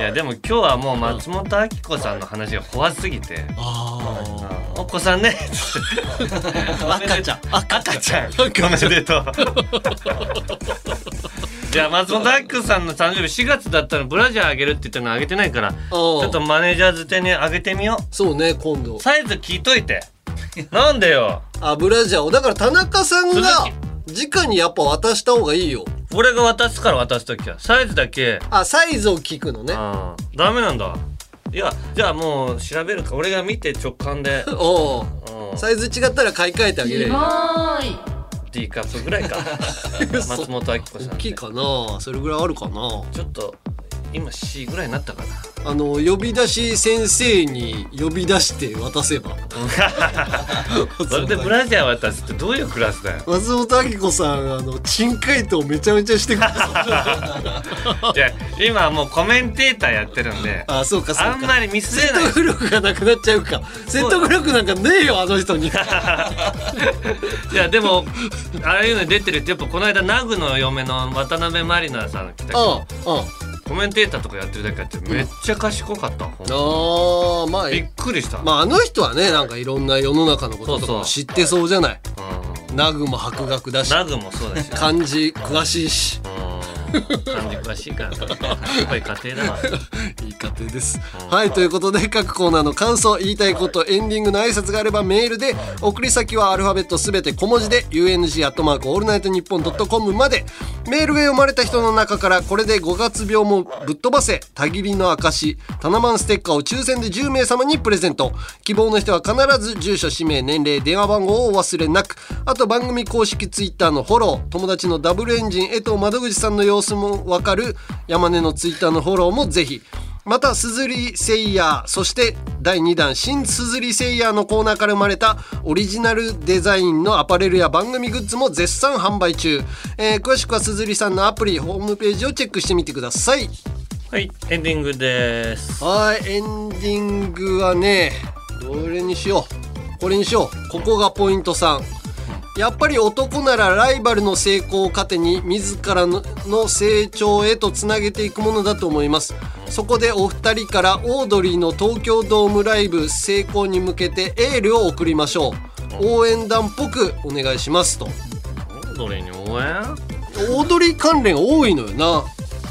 Speaker 1: い やでも今日はもう松本明子さんの話が怖すぎて「
Speaker 2: あ
Speaker 1: お子さん ね」
Speaker 2: 赤ちゃん
Speaker 1: 赤ちゃんおめで とう」じゃあ松本明子さんの誕生日4月だったのブラジャーあげるって言ったのあげてないからちょ
Speaker 2: ょ
Speaker 1: っとマネージャーづてにあげてみよ
Speaker 2: そうね今度
Speaker 1: うサイズ聞いといてなんでよ
Speaker 2: 油じゃをだから田中さんが
Speaker 1: 鈴
Speaker 2: 直にやっぱ渡した方がいいよ
Speaker 1: 俺が渡すから渡す時はサイズだけ
Speaker 2: あサイズを聞くのね
Speaker 1: あーダメなんだいやじゃあもう調べるか俺が見て直感で
Speaker 2: おう
Speaker 1: うん
Speaker 2: サイズ違ったら買い替えてあげれる
Speaker 1: ティーカップぐらい か松本明子さんっ
Speaker 2: 大
Speaker 1: て
Speaker 2: きいかなそれぐらいあるかな
Speaker 1: ちょっと今 C ぐらいになったか
Speaker 2: あの呼び出し先生に呼び出して渡せば
Speaker 1: な それでブラジャー渡すってどういうクラスだよ
Speaker 2: 松本明子さんあの珍回答めちゃめちゃしてくる
Speaker 1: いや今はもうコメンテーターやってるんで
Speaker 2: あそうかそうか
Speaker 1: あんまり見据え
Speaker 2: 説
Speaker 1: ない
Speaker 2: 得力がなくなっちゃうか説得力なんかねえよあ の人に
Speaker 1: いやでもああいうのに出てるってやっぱこの間ナグの嫁の渡辺満里奈さんが来たけど
Speaker 2: あああ
Speaker 1: コメンテーターとかやってるだけあってめっちゃ賢かった、ほんと
Speaker 2: ああまあ
Speaker 1: びっくりした、
Speaker 2: まああの人はねなんかいろんな世の中のこととか
Speaker 1: そうそ
Speaker 2: も
Speaker 1: う
Speaker 2: 知ってそうじゃない
Speaker 1: うん
Speaker 2: ナグも博学だし
Speaker 1: ナグもそうだし
Speaker 2: 漢字詳しいし
Speaker 1: うん感じ詳しいからねやっぱり家庭だわ
Speaker 2: いい家庭です
Speaker 1: うん
Speaker 2: はいということで各コーナーの感想言いたいことエンディングの挨拶があればメールで送り先はアルファベットすべて小文字で UNG アットマークオールナイトニッポンドットコムまでメールが読まれた人の中からこれで5月病もぶっ飛ばせたぎりの証タナマンステッカーを抽選で10名様にプレゼント希望の人は必ず住所氏名年齢電話番号をお忘れなくあと番組公式ツイッターのフォロー友達のダブルエンジン江藤窓口さんの様子もわかる山根のツイッターのフォローもぜひまた鈴木セイヤーそして第2弾新鈴木セイヤーのコーナーから生まれたオリジナルデザインのアパレルや番組グッズも絶賛販売中、えー詳しくは鈴木さんのアプリホームページをチェックしてみてください
Speaker 1: はいエンディングです
Speaker 2: はいエンディングはねどれにしようこれにしようここがポイント3やっぱり男ならライバルの成功を糧に自らのの成長へとつなげていくものだと思いますそこでお二人からオードリーの東京ドームライブ成功に向けてエールを送りましょう応援団っぽくお願いしますと
Speaker 1: どれに応援
Speaker 2: オードリー関連多いのよな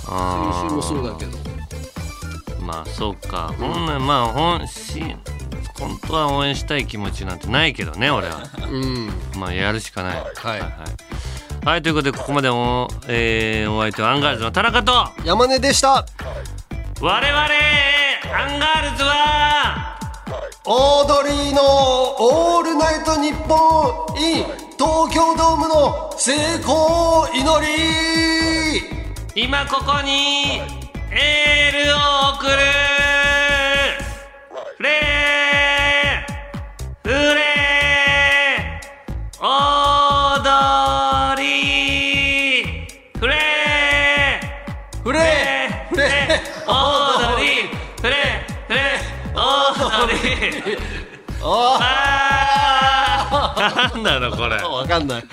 Speaker 1: あ
Speaker 2: 先週もそうだけど
Speaker 1: どまあそうか本来まあ本心本当は応援したい気持ちなんてないけどね俺 は
Speaker 2: うん
Speaker 1: まあやるしかない
Speaker 2: はい
Speaker 1: はい、はい、ということでここまでお,、えーお相手はアンガールズの田中と
Speaker 2: 山根でした
Speaker 1: 我々アンガールズは
Speaker 2: オードリーの「オールナイトニッポン」in 東京ドームの成功を祈り
Speaker 1: 今ここにエールを送るフレーフレー踊りフレーフレーフレー踊りフレーフレー踊りあーなんだろうこれ
Speaker 2: わかんない